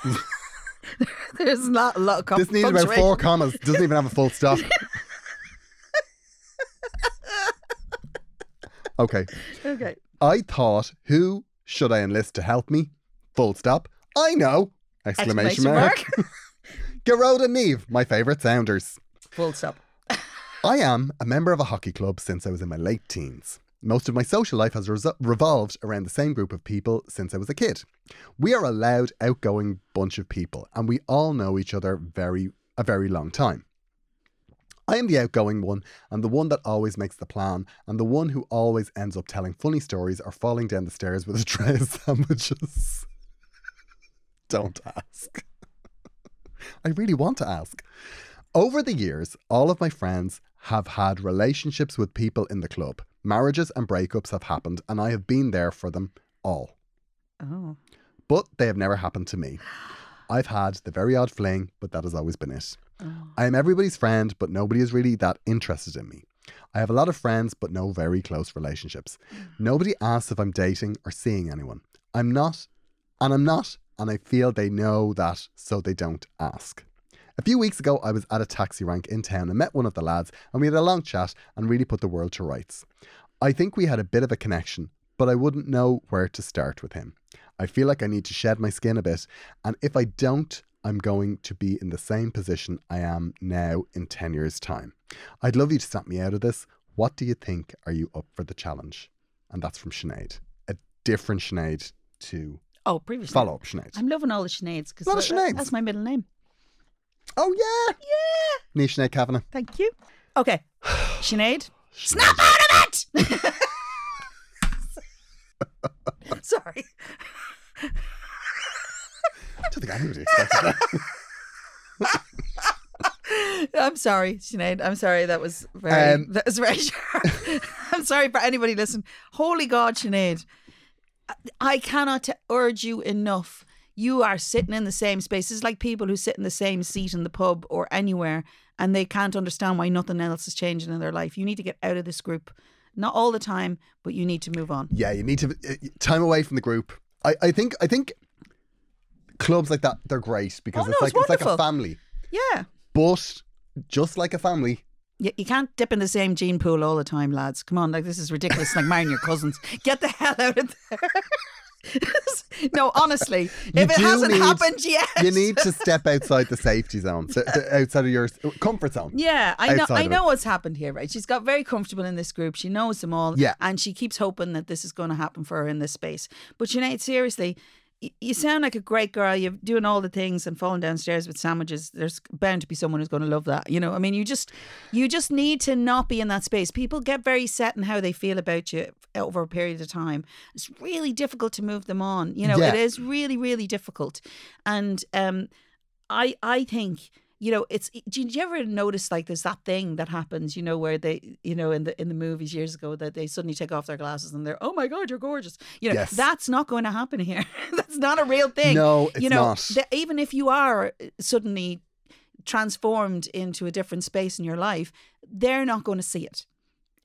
Speaker 3: There's not a lot of com-
Speaker 4: this needs about
Speaker 3: punctuation.
Speaker 4: four commas, doesn't even have a full stop. okay.
Speaker 3: Okay.
Speaker 4: I thought, who should I enlist to help me? Full stop. I know! Exclamation, mark. Garrod and Neve, my favourite sounders.
Speaker 3: Full stop.
Speaker 4: I am a member of a hockey club since I was in my late teens. Most of my social life has reso- revolved around the same group of people since I was a kid. We are a loud, outgoing bunch of people, and we all know each other very a very long time. I am the outgoing one and the one that always makes the plan and the one who always ends up telling funny stories or falling down the stairs with a tray of sandwiches. Don't ask. I really want to ask. Over the years, all of my friends have had relationships with people in the club. Marriages and breakups have happened, and I have been there for them all.
Speaker 3: Oh.
Speaker 4: But they have never happened to me. I've had the very odd fling, but that has always been it. I am everybody's friend, but nobody is really that interested in me. I have a lot of friends, but no very close relationships. Nobody asks if I'm dating or seeing anyone. I'm not, and I'm not, and I feel they know that, so they don't ask. A few weeks ago, I was at a taxi rank in town and met one of the lads, and we had a long chat and really put the world to rights. I think we had a bit of a connection, but I wouldn't know where to start with him. I feel like I need to shed my skin a bit, and if I don't, I'm going to be in the same position I am now in 10 years' time. I'd love you to snap me out of this. What do you think? Are you up for the challenge? And that's from Sinead. A different Sinead to
Speaker 3: Oh, previously.
Speaker 4: follow up Sinead.
Speaker 3: I'm loving all the Sineads because
Speaker 4: Lot of Sineads.
Speaker 3: that's my middle name.
Speaker 4: oh, yeah. Yeah. Niche Sinead Kavanagh.
Speaker 3: Thank you. Okay. Sinead, snap out of it! Sorry.
Speaker 4: I don't think anybody expected that.
Speaker 3: I'm sorry, Sinead. I'm sorry. That was very,
Speaker 4: Um,
Speaker 3: that was very sharp. I'm sorry for anybody listening. Holy God, Sinead. I- I cannot t- urge you enough. You are sitting in the same space. It's like people who sit in the same seat in the pub or anywhere and they can't understand why nothing else is changing in their life. You need to get out of this group. Not all the time, but you need to move on.
Speaker 4: Yeah, you need to uh, time away from the group. I, I think I think clubs like that they're great because
Speaker 3: Oh,
Speaker 4: it's
Speaker 3: no,
Speaker 4: like
Speaker 3: it's
Speaker 4: it's like a
Speaker 3: wonderful.
Speaker 4: family.
Speaker 3: Yeah.
Speaker 4: But just like a family,
Speaker 3: You, you can't dip in the same gene pool all the time, lads. Come on, like this is ridiculous. like marrying your cousins. Get the hell out of there. no, honestly,
Speaker 4: You
Speaker 3: if it
Speaker 4: do
Speaker 3: hasn't
Speaker 4: need-
Speaker 3: happened yet,
Speaker 4: you need to step outside the safety zone, so, so outside of your s- comfort zone.
Speaker 3: Yeah, I know.
Speaker 4: outside
Speaker 3: I
Speaker 4: of
Speaker 3: know what's happened here, right? She's got very comfortable in this group. She knows them all.
Speaker 4: Yeah.
Speaker 3: and she keeps hoping that this is going to happen for her in this space. But Sinead, seriously, y- you sound like a great girl. You're doing all the things and falling downstairs with sandwiches. There's bound to be someone who's going to love that. You know, I mean, you just, you just need to not be in that space. People get very set in how they feel about you over a period of time. It's really difficult to move them on. You know,
Speaker 4: Yeah.
Speaker 3: it is really, really difficult, and um. I I think you know it's did you ever notice like there's that thing that happens you know where they you know in the in the movies years ago that they suddenly take off their glasses and they're oh my god you're gorgeous you know
Speaker 4: Yes.
Speaker 3: that's not going to happen here that's not a real thing
Speaker 4: No, it's
Speaker 3: you know
Speaker 4: not.
Speaker 3: the- even if you are uh, suddenly transformed into a different space in your life they're not going to see it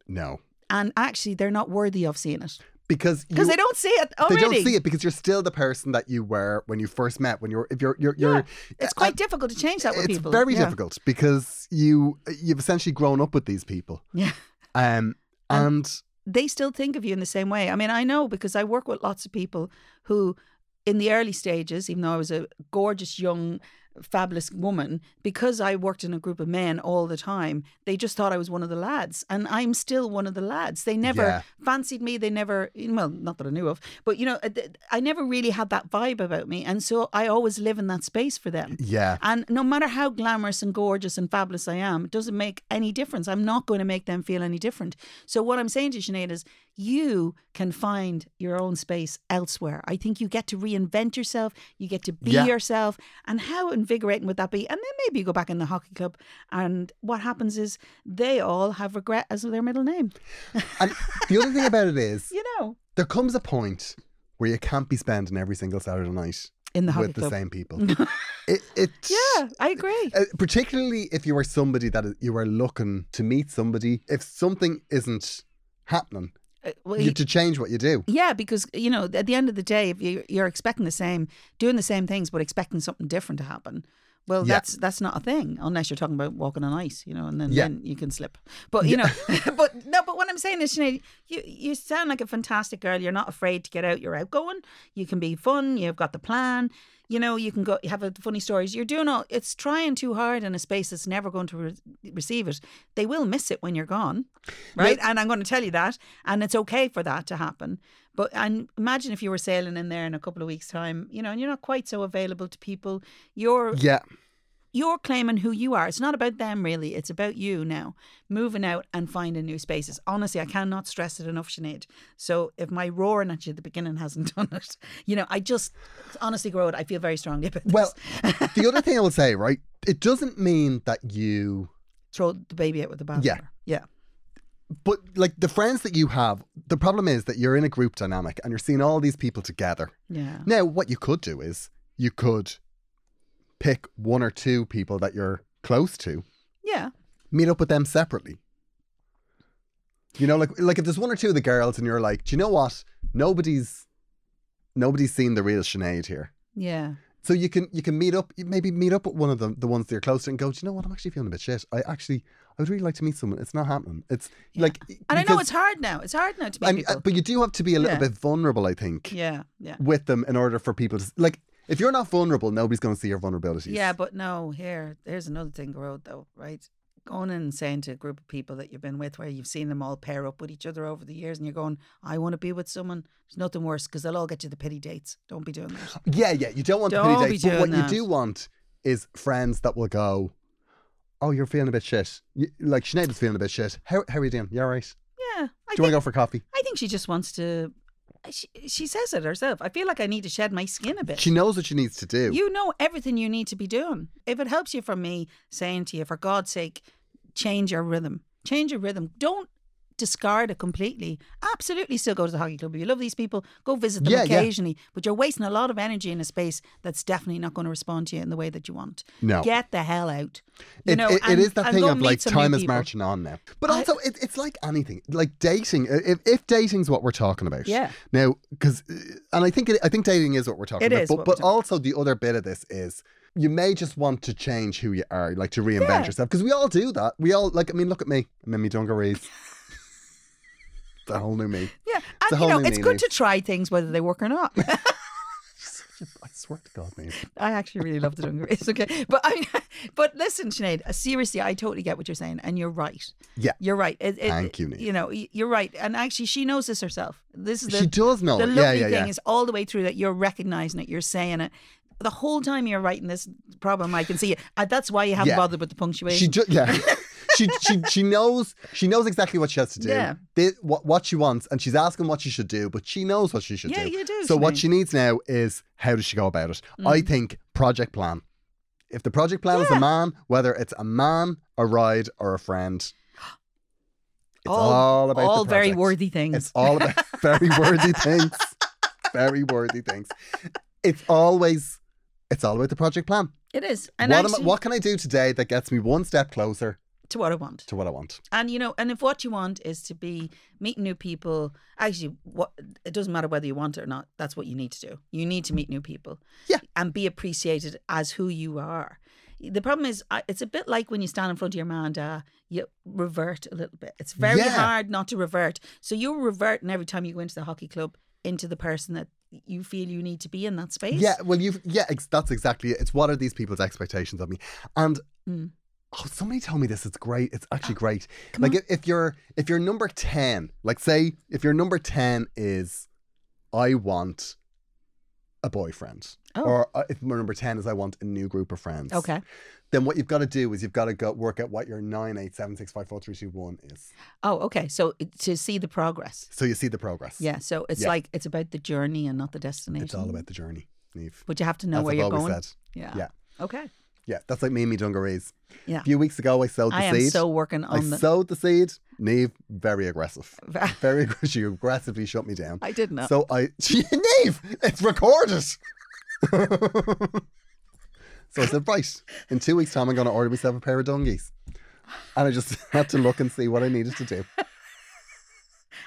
Speaker 4: no,
Speaker 3: and actually they're not worthy of seeing it
Speaker 4: because you,
Speaker 3: because they don't see it
Speaker 4: they
Speaker 3: already
Speaker 4: don't see it because you're still the person that you were when you first met. When you're if you're you're, you're
Speaker 3: it's
Speaker 4: uh,
Speaker 3: quite difficult to change that with
Speaker 4: it's
Speaker 3: people
Speaker 4: very
Speaker 3: Yeah.
Speaker 4: difficult because you you've essentially grown up with these people.
Speaker 3: yeah
Speaker 4: Um, and
Speaker 3: they still think of you in the same way. I mean, I know because I work with lots of people who, in the early stages, even though I was a gorgeous young, fabulous woman, because I worked in a group of men all the time, they just thought I was one of the lads, and I'm still one of the lads. They never
Speaker 4: Yeah.
Speaker 3: fancied me. They never, well, not that I knew of, but you know, I- I never really had that vibe about me, and so I always live in that space for them.
Speaker 4: yeah,
Speaker 3: And no matter how glamorous and gorgeous and fabulous I am, it doesn't make any difference. I'm not going to make them feel any different. So what I'm saying to you, Sinead is you can find your own space elsewhere. I think you get to reinvent yourself. You get to be
Speaker 4: Yeah.
Speaker 3: yourself. And how invigorating would that be? And then maybe you go back in the hockey club and what happens is they all have regret as their middle name.
Speaker 4: and the other thing about it is
Speaker 3: You know,
Speaker 4: there comes a point where you can't be spending every single Saturday night
Speaker 3: in the hockey
Speaker 4: with the
Speaker 3: club.
Speaker 4: same people. it, it's
Speaker 3: Yeah, I agree.
Speaker 4: Uh, particularly if you are somebody that is- you are looking to meet somebody, if something isn't happening,
Speaker 3: Uh, well,
Speaker 4: you have to change what you do.
Speaker 3: Yeah, because you know, at the end of the day, if you, you're expecting the same, doing the same things, but expecting something different to happen, well,
Speaker 4: Yeah.
Speaker 3: that's that's not a thing unless you're talking about walking on ice, you know, and then,
Speaker 4: Yeah.
Speaker 3: then you can slip. But you know, but no, but what I'm saying is, Sinead, you you sound like a fantastic girl. You're not afraid to get out. You're outgoing. You can be fun. You've got the plan. You know, you can go you have a, funny stories. You're doing all. It's trying too hard in a space that's never going to re- receive it. They will miss it when you're gone right? And I'm going to tell you that, and it's okay for that to happen. But and imagine if you were sailing in there in a couple of weeks' time, you know, and you're not quite so available to people. You're
Speaker 4: Yeah,
Speaker 3: you're claiming who you are. It's not about them really. It's about you now, moving out and finding new spaces. Honestly, I cannot stress it enough, Sinead. So if my roaring at you at the beginning hasn't done it, you know, I just honestly, Grode, I feel very strongly about this.
Speaker 4: Well, the other thing I will say, right? It doesn't mean that you,
Speaker 3: throw the baby out with the bathwater.
Speaker 4: Yeah.
Speaker 3: yeah,
Speaker 4: but like the friends that you have, the problem is that you're in a group dynamic and you're seeing all these people together.
Speaker 3: yeah.
Speaker 4: Now, what you could do is you could pick one or two people that you're close to
Speaker 3: Yeah,
Speaker 4: meet up with them separately. You know, like like if there's one or two of the girls and you're like, do you know what? Nobody's nobody's seen the real Sinead here.
Speaker 3: yeah.
Speaker 4: So you can you can meet up, you maybe meet up with one of the the ones that you're close to, and go. Do you know what? I'm actually feeling a bit shit. I actually I would really like to meet someone. It's not happening. It's like
Speaker 3: And I know
Speaker 4: because-
Speaker 3: it's hard now. It's hard now to meet
Speaker 4: and-
Speaker 3: people.
Speaker 4: but you do have to be a little
Speaker 3: Yeah.
Speaker 4: bit vulnerable. I think
Speaker 3: yeah, yeah.
Speaker 4: with them in order for people to s- like. If you're not vulnerable, nobody's going to see your vulnerabilities.
Speaker 3: Yeah, but no, here, there's another thing, Road, though, right? Going in and saying to a group of people that you've been with where you've seen them all pair up with each other over the years and you're going, I want to be with someone. There's nothing worse because they'll all get you the pity dates. Don't be doing that.
Speaker 4: Yeah, yeah. You don't want the
Speaker 3: Don't
Speaker 4: pity
Speaker 3: be
Speaker 4: dates, but what
Speaker 3: doing
Speaker 4: you
Speaker 3: that.
Speaker 4: do want is friends that will go, "Oh, you're feeling a bit shit." You, like Sinead's feeling a bit shit. How, how are you doing? You all right?
Speaker 3: Yeah. I
Speaker 4: do you want
Speaker 3: think,
Speaker 4: to go for coffee?
Speaker 3: I think she just wants to. She, she says it herself. I feel like I need to shed my skin a bit.
Speaker 4: She knows what she needs to do.
Speaker 3: You know everything you need to be doing. If it helps you from me saying to you, for God's sake, change your rhythm. Change your rhythm. Don't discard it completely. Absolutely still go to the hockey club. If you love these people, go visit them
Speaker 4: Yeah, yeah.
Speaker 3: occasionally. But you're wasting a lot of energy in a space that's definitely not going to respond to you in the way that you want.
Speaker 4: No.
Speaker 3: Get the hell out. You
Speaker 4: It-
Speaker 3: know,
Speaker 4: it- it
Speaker 3: and-
Speaker 4: is that
Speaker 3: and
Speaker 4: thing
Speaker 3: go
Speaker 4: of
Speaker 3: meet
Speaker 4: like
Speaker 3: some new
Speaker 4: time is
Speaker 3: people.
Speaker 4: marching on now. But
Speaker 3: I-
Speaker 4: also, it, it's like anything, like dating. I- If, if dating's what we're talking about,
Speaker 3: Yeah.
Speaker 4: Now, because and I think it, I think dating is what we're talking
Speaker 3: It
Speaker 4: about.
Speaker 3: is
Speaker 4: but
Speaker 3: what we're
Speaker 4: but
Speaker 3: talking about.
Speaker 4: also the other bit of this is you may just want to change who you are, like to reinvent yourself, because we all do that. We all like. I mean, look at me. I'm in my dungarees. the whole new me.
Speaker 3: Yeah.
Speaker 4: a
Speaker 3: And you
Speaker 4: whole
Speaker 3: know,
Speaker 4: new
Speaker 3: it's
Speaker 4: meaning.
Speaker 3: good to try things whether they work or not.
Speaker 4: I swear to God, man.
Speaker 3: I actually really love the dungarees. Okay, but I but listen, Sinead, uh, seriously, I totally get what you're saying, and you're right.
Speaker 4: Yeah.
Speaker 3: you're right. It- it-
Speaker 4: Thank you, Niamh.
Speaker 3: You know, y- you're right, and actually, she knows this herself. This is the,
Speaker 4: she does know.
Speaker 3: the
Speaker 4: it.
Speaker 3: lovely
Speaker 4: Yeah, yeah,
Speaker 3: thing
Speaker 4: yeah.
Speaker 3: is all the way through that you're recognizing it, you're saying it. The whole time you're writing this problem, I can see it. Uh, That's why you haven't
Speaker 4: Yeah.
Speaker 3: bothered with the punctuation.
Speaker 4: She ju- yeah. she, she she knows she knows exactly what she has to do.
Speaker 3: Yeah.
Speaker 4: Thi- what what she wants, and she's asking what she should do, but she knows what she should
Speaker 3: Yeah,
Speaker 4: do.
Speaker 3: you do, Mm.
Speaker 4: So what
Speaker 3: Sinead.
Speaker 4: she needs now is how does she go about it? I think project plan. If the project plan is a man, whether it's a man, a ride, or a friend, it's all, about the
Speaker 3: all very
Speaker 4: project.
Speaker 3: worthy things.
Speaker 4: It's all about very worthy things. Very worthy things. It's always it's all about the project plan.
Speaker 3: it is,
Speaker 4: What,
Speaker 3: and
Speaker 4: am I,
Speaker 3: actually,
Speaker 4: what can I do today that gets me one step closer
Speaker 3: to what I want.
Speaker 4: to what I want?
Speaker 3: And you know, and if what you want is to be meeting new people, actually, what it doesn't matter whether you want it or not. That's what you need to do. You need to meet new people,
Speaker 4: Yeah.
Speaker 3: and be appreciated as who you are. The problem is, I- it's a bit like when you stand in front of your man and dad, you revert a little bit. It's very
Speaker 4: Yeah.
Speaker 3: hard not to revert. So you're reverting every time you go into the hockey club into the person that you feel you need to be in that space.
Speaker 4: Yeah, well, you've yeah, ex- that's exactly it. It's what are these people's expectations of me? And
Speaker 3: Mm.
Speaker 4: oh, somebody told me this. It's great. It's actually great. Like if, if you're if you're number ten, like say if your number ten is, I want a boyfriend,
Speaker 3: Oh.
Speaker 4: or uh, if my number ten is I want a new group of friends.
Speaker 3: Okay.
Speaker 4: Then what you've got to do is you've got to go work out what your nine eight seven six five four three two one is.
Speaker 3: Oh, okay. So to see the progress.
Speaker 4: So you see the progress.
Speaker 3: Yeah. So it's
Speaker 4: Yeah.
Speaker 3: like it's about the journey and not the destination.
Speaker 4: it's all about the journey, Neve.
Speaker 3: But you have to know
Speaker 4: That's
Speaker 3: where
Speaker 4: what
Speaker 3: you're
Speaker 4: I've
Speaker 3: going.
Speaker 4: always said.
Speaker 3: Yeah.
Speaker 4: Yeah.
Speaker 3: Okay.
Speaker 4: Yeah, that's like me and me dungarees.
Speaker 3: Yeah.
Speaker 4: A few weeks ago, I sowed the
Speaker 3: I am
Speaker 4: seed.
Speaker 3: so working
Speaker 4: I
Speaker 3: on the.
Speaker 4: sowed the seed. Neve, very aggressive. Very aggressive. She aggressively shut me down.
Speaker 5: I did not.
Speaker 4: So I, Neve, it's recorded. so I said, right, in two weeks' time, I'm going to order myself a pair of dungies. And I just had to look and see what I needed to do.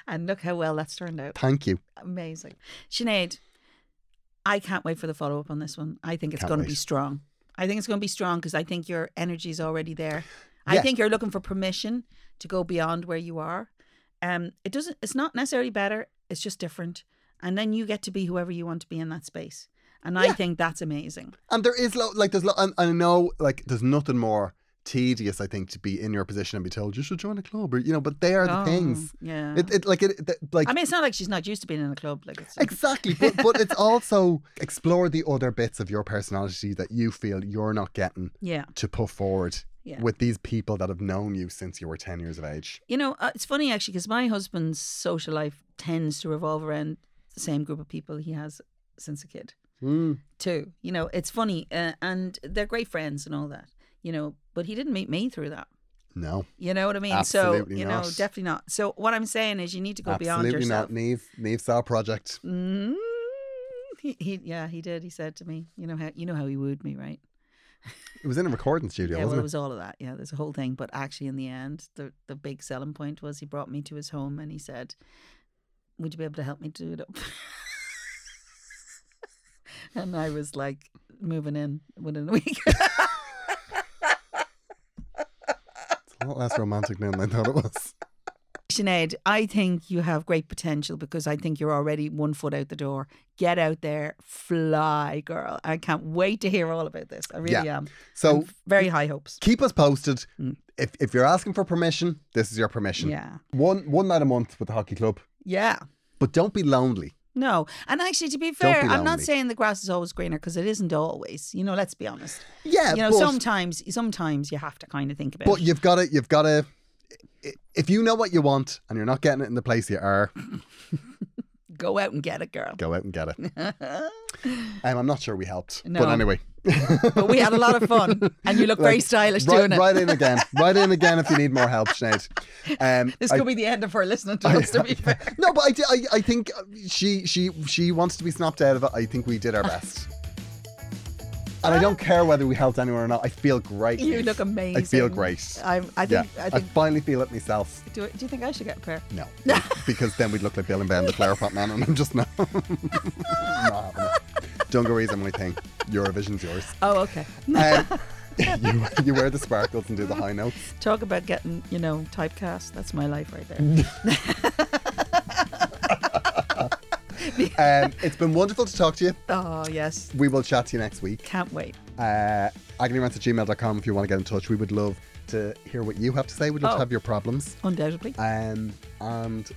Speaker 3: and look how well that's turned out.
Speaker 4: Thank you.
Speaker 3: Amazing. Sinead, I can't wait for the follow up on this one. I think it's
Speaker 4: Can't
Speaker 3: going to
Speaker 4: wait.
Speaker 3: be strong. I think it's going to be strong because I think your energy is already there.
Speaker 4: Yeah.
Speaker 3: I think you're looking for permission to go beyond where you are. Um, it doesn't. It's not necessarily better. It's just different. And then you get to be whoever you want to be in that space. And I
Speaker 4: Yeah.
Speaker 3: think that's amazing.
Speaker 4: And there is lo- like there's lo- and, and I know like there's nothing more tedious I think to be in your position and be told you should join a club or you know but they are the
Speaker 3: Oh,
Speaker 4: things.
Speaker 3: Yeah.
Speaker 4: It, it like it th- like
Speaker 3: I mean, it's not like she's not used to being in a club. Like it's
Speaker 4: Exactly, but but it's also explore the other bits of your personality that you feel you're not getting
Speaker 3: yeah.
Speaker 4: to put forward
Speaker 3: Yeah.
Speaker 4: with these people that have known you since you were ten years of age.
Speaker 3: You know, uh, it's funny actually because my husband's social life tends to revolve around the same group of people he has since a kid,
Speaker 4: Hmm.
Speaker 3: too. You know, it's funny, uh, and they're great friends and all that. You know, but he didn't meet me through that.
Speaker 4: No,
Speaker 3: You know what I mean?
Speaker 4: Absolutely
Speaker 3: so you know,
Speaker 4: not.
Speaker 3: definitely not. So what I'm saying is, you need to go beyond
Speaker 4: absolutely
Speaker 3: yourself.
Speaker 4: not. Neve, Neve saw a project.
Speaker 3: Mm, he, he, yeah, he did. He said to me, "You know how you know how he wooed me, right?"
Speaker 4: It was in a recording studio,
Speaker 3: Yeah, well,
Speaker 4: wasn't
Speaker 3: it
Speaker 4: it?
Speaker 3: was all of that. Yeah, there's a whole thing. But actually, in the end, the the big selling point was he brought me to his home and he said, "Would you be able to help me do it up?" and I was like, moving in within a week.
Speaker 4: It's a lot less romantic now than I thought it was.
Speaker 3: Sinead, I think you have great potential because I think you're already one foot out the door. Get out there, fly, girl. I can't wait to hear all about this. I really
Speaker 4: Yeah.
Speaker 3: am.
Speaker 4: So
Speaker 3: And very high hopes.
Speaker 4: keep us posted.
Speaker 3: Mm.
Speaker 4: If, if you're asking for permission, this is your permission.
Speaker 3: Yeah.
Speaker 4: One one night a month with the hockey club,
Speaker 3: Yeah.
Speaker 4: but don't be lonely.
Speaker 3: No. And actually, to be
Speaker 4: Don't
Speaker 3: fair,
Speaker 4: be
Speaker 3: I'm not
Speaker 4: lonely.
Speaker 3: saying the grass is always greener because it isn't always. You know, let's be honest.
Speaker 4: Yeah,
Speaker 3: You know,
Speaker 4: but,
Speaker 3: sometimes sometimes you have to kind of think about
Speaker 4: but
Speaker 3: it.
Speaker 4: you've got to you've got to. If you know what you want and you're not getting it in the place you are,
Speaker 3: Go out and get it, girl.
Speaker 4: go out and get it. Um, I'm not sure we helped,
Speaker 3: No.
Speaker 4: but anyway.
Speaker 3: but we had a lot of fun. And you look very
Speaker 4: Like,
Speaker 3: stylish
Speaker 4: right,
Speaker 3: doing it.
Speaker 4: right in again. Right in again if you need more help, Sinead. Um,
Speaker 3: This
Speaker 4: I-
Speaker 3: could be the end of her listening to us, to be fair.
Speaker 4: no, but I, di- I, I think she she she wants to be snapped out of it. I think we
Speaker 3: Ah.
Speaker 4: did our best. And I don't care whether we helped anyone or not. I feel great.
Speaker 3: You look amazing.
Speaker 4: I feel great.
Speaker 3: I, I
Speaker 4: yeah,
Speaker 3: think. I think.
Speaker 4: finally feel it myself.
Speaker 3: do, do you think I should get a pair?
Speaker 4: No, because then we'd look like Bill and Ben, the Clarapot man, and I'm just not. not having it. Dungarees are my thing. Eurovision's yours.
Speaker 3: Oh, okay.
Speaker 4: Um, you, you wear the sparkles and do the high notes.
Speaker 3: Talk about getting, you know, typecast. That's my life right there.
Speaker 4: Um, it's been wonderful to talk to you.
Speaker 3: oh, yes.
Speaker 4: We will chat to you next week.
Speaker 3: Can't wait.
Speaker 4: Uh, agonyrants at gmail.com if you want to get in touch. We would love to hear what you have to say. We'd love
Speaker 3: Oh.
Speaker 4: to have your problems.
Speaker 3: Undoubtedly.
Speaker 4: Um, and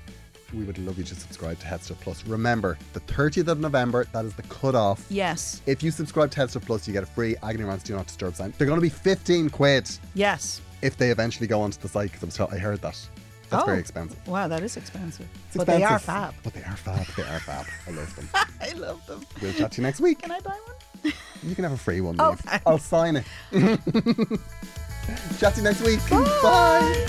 Speaker 4: we would love you to subscribe to Headstuff Plus. Remember, the 30th of November, that is the cutoff.
Speaker 3: Yes.
Speaker 4: If you subscribe to Headstuff Plus, you get a free Agony Rants Do Not Disturb sign. They're going to be 15 quid
Speaker 3: Yes.
Speaker 4: if they eventually go onto the site because I was told I heard that. That's
Speaker 3: Oh.
Speaker 4: very expensive.
Speaker 3: Wow, that is expensive.
Speaker 4: It's
Speaker 3: but they are
Speaker 4: expensive,
Speaker 3: fab.
Speaker 4: But they are fab. They are fab. I love them.
Speaker 3: I love them.
Speaker 4: We'll chat to you next week.
Speaker 3: Can I buy one?
Speaker 4: You can have a free one,
Speaker 3: Oh,
Speaker 4: Neve.
Speaker 3: thanks.
Speaker 4: I'll sign it. Chat to you next week. Bye.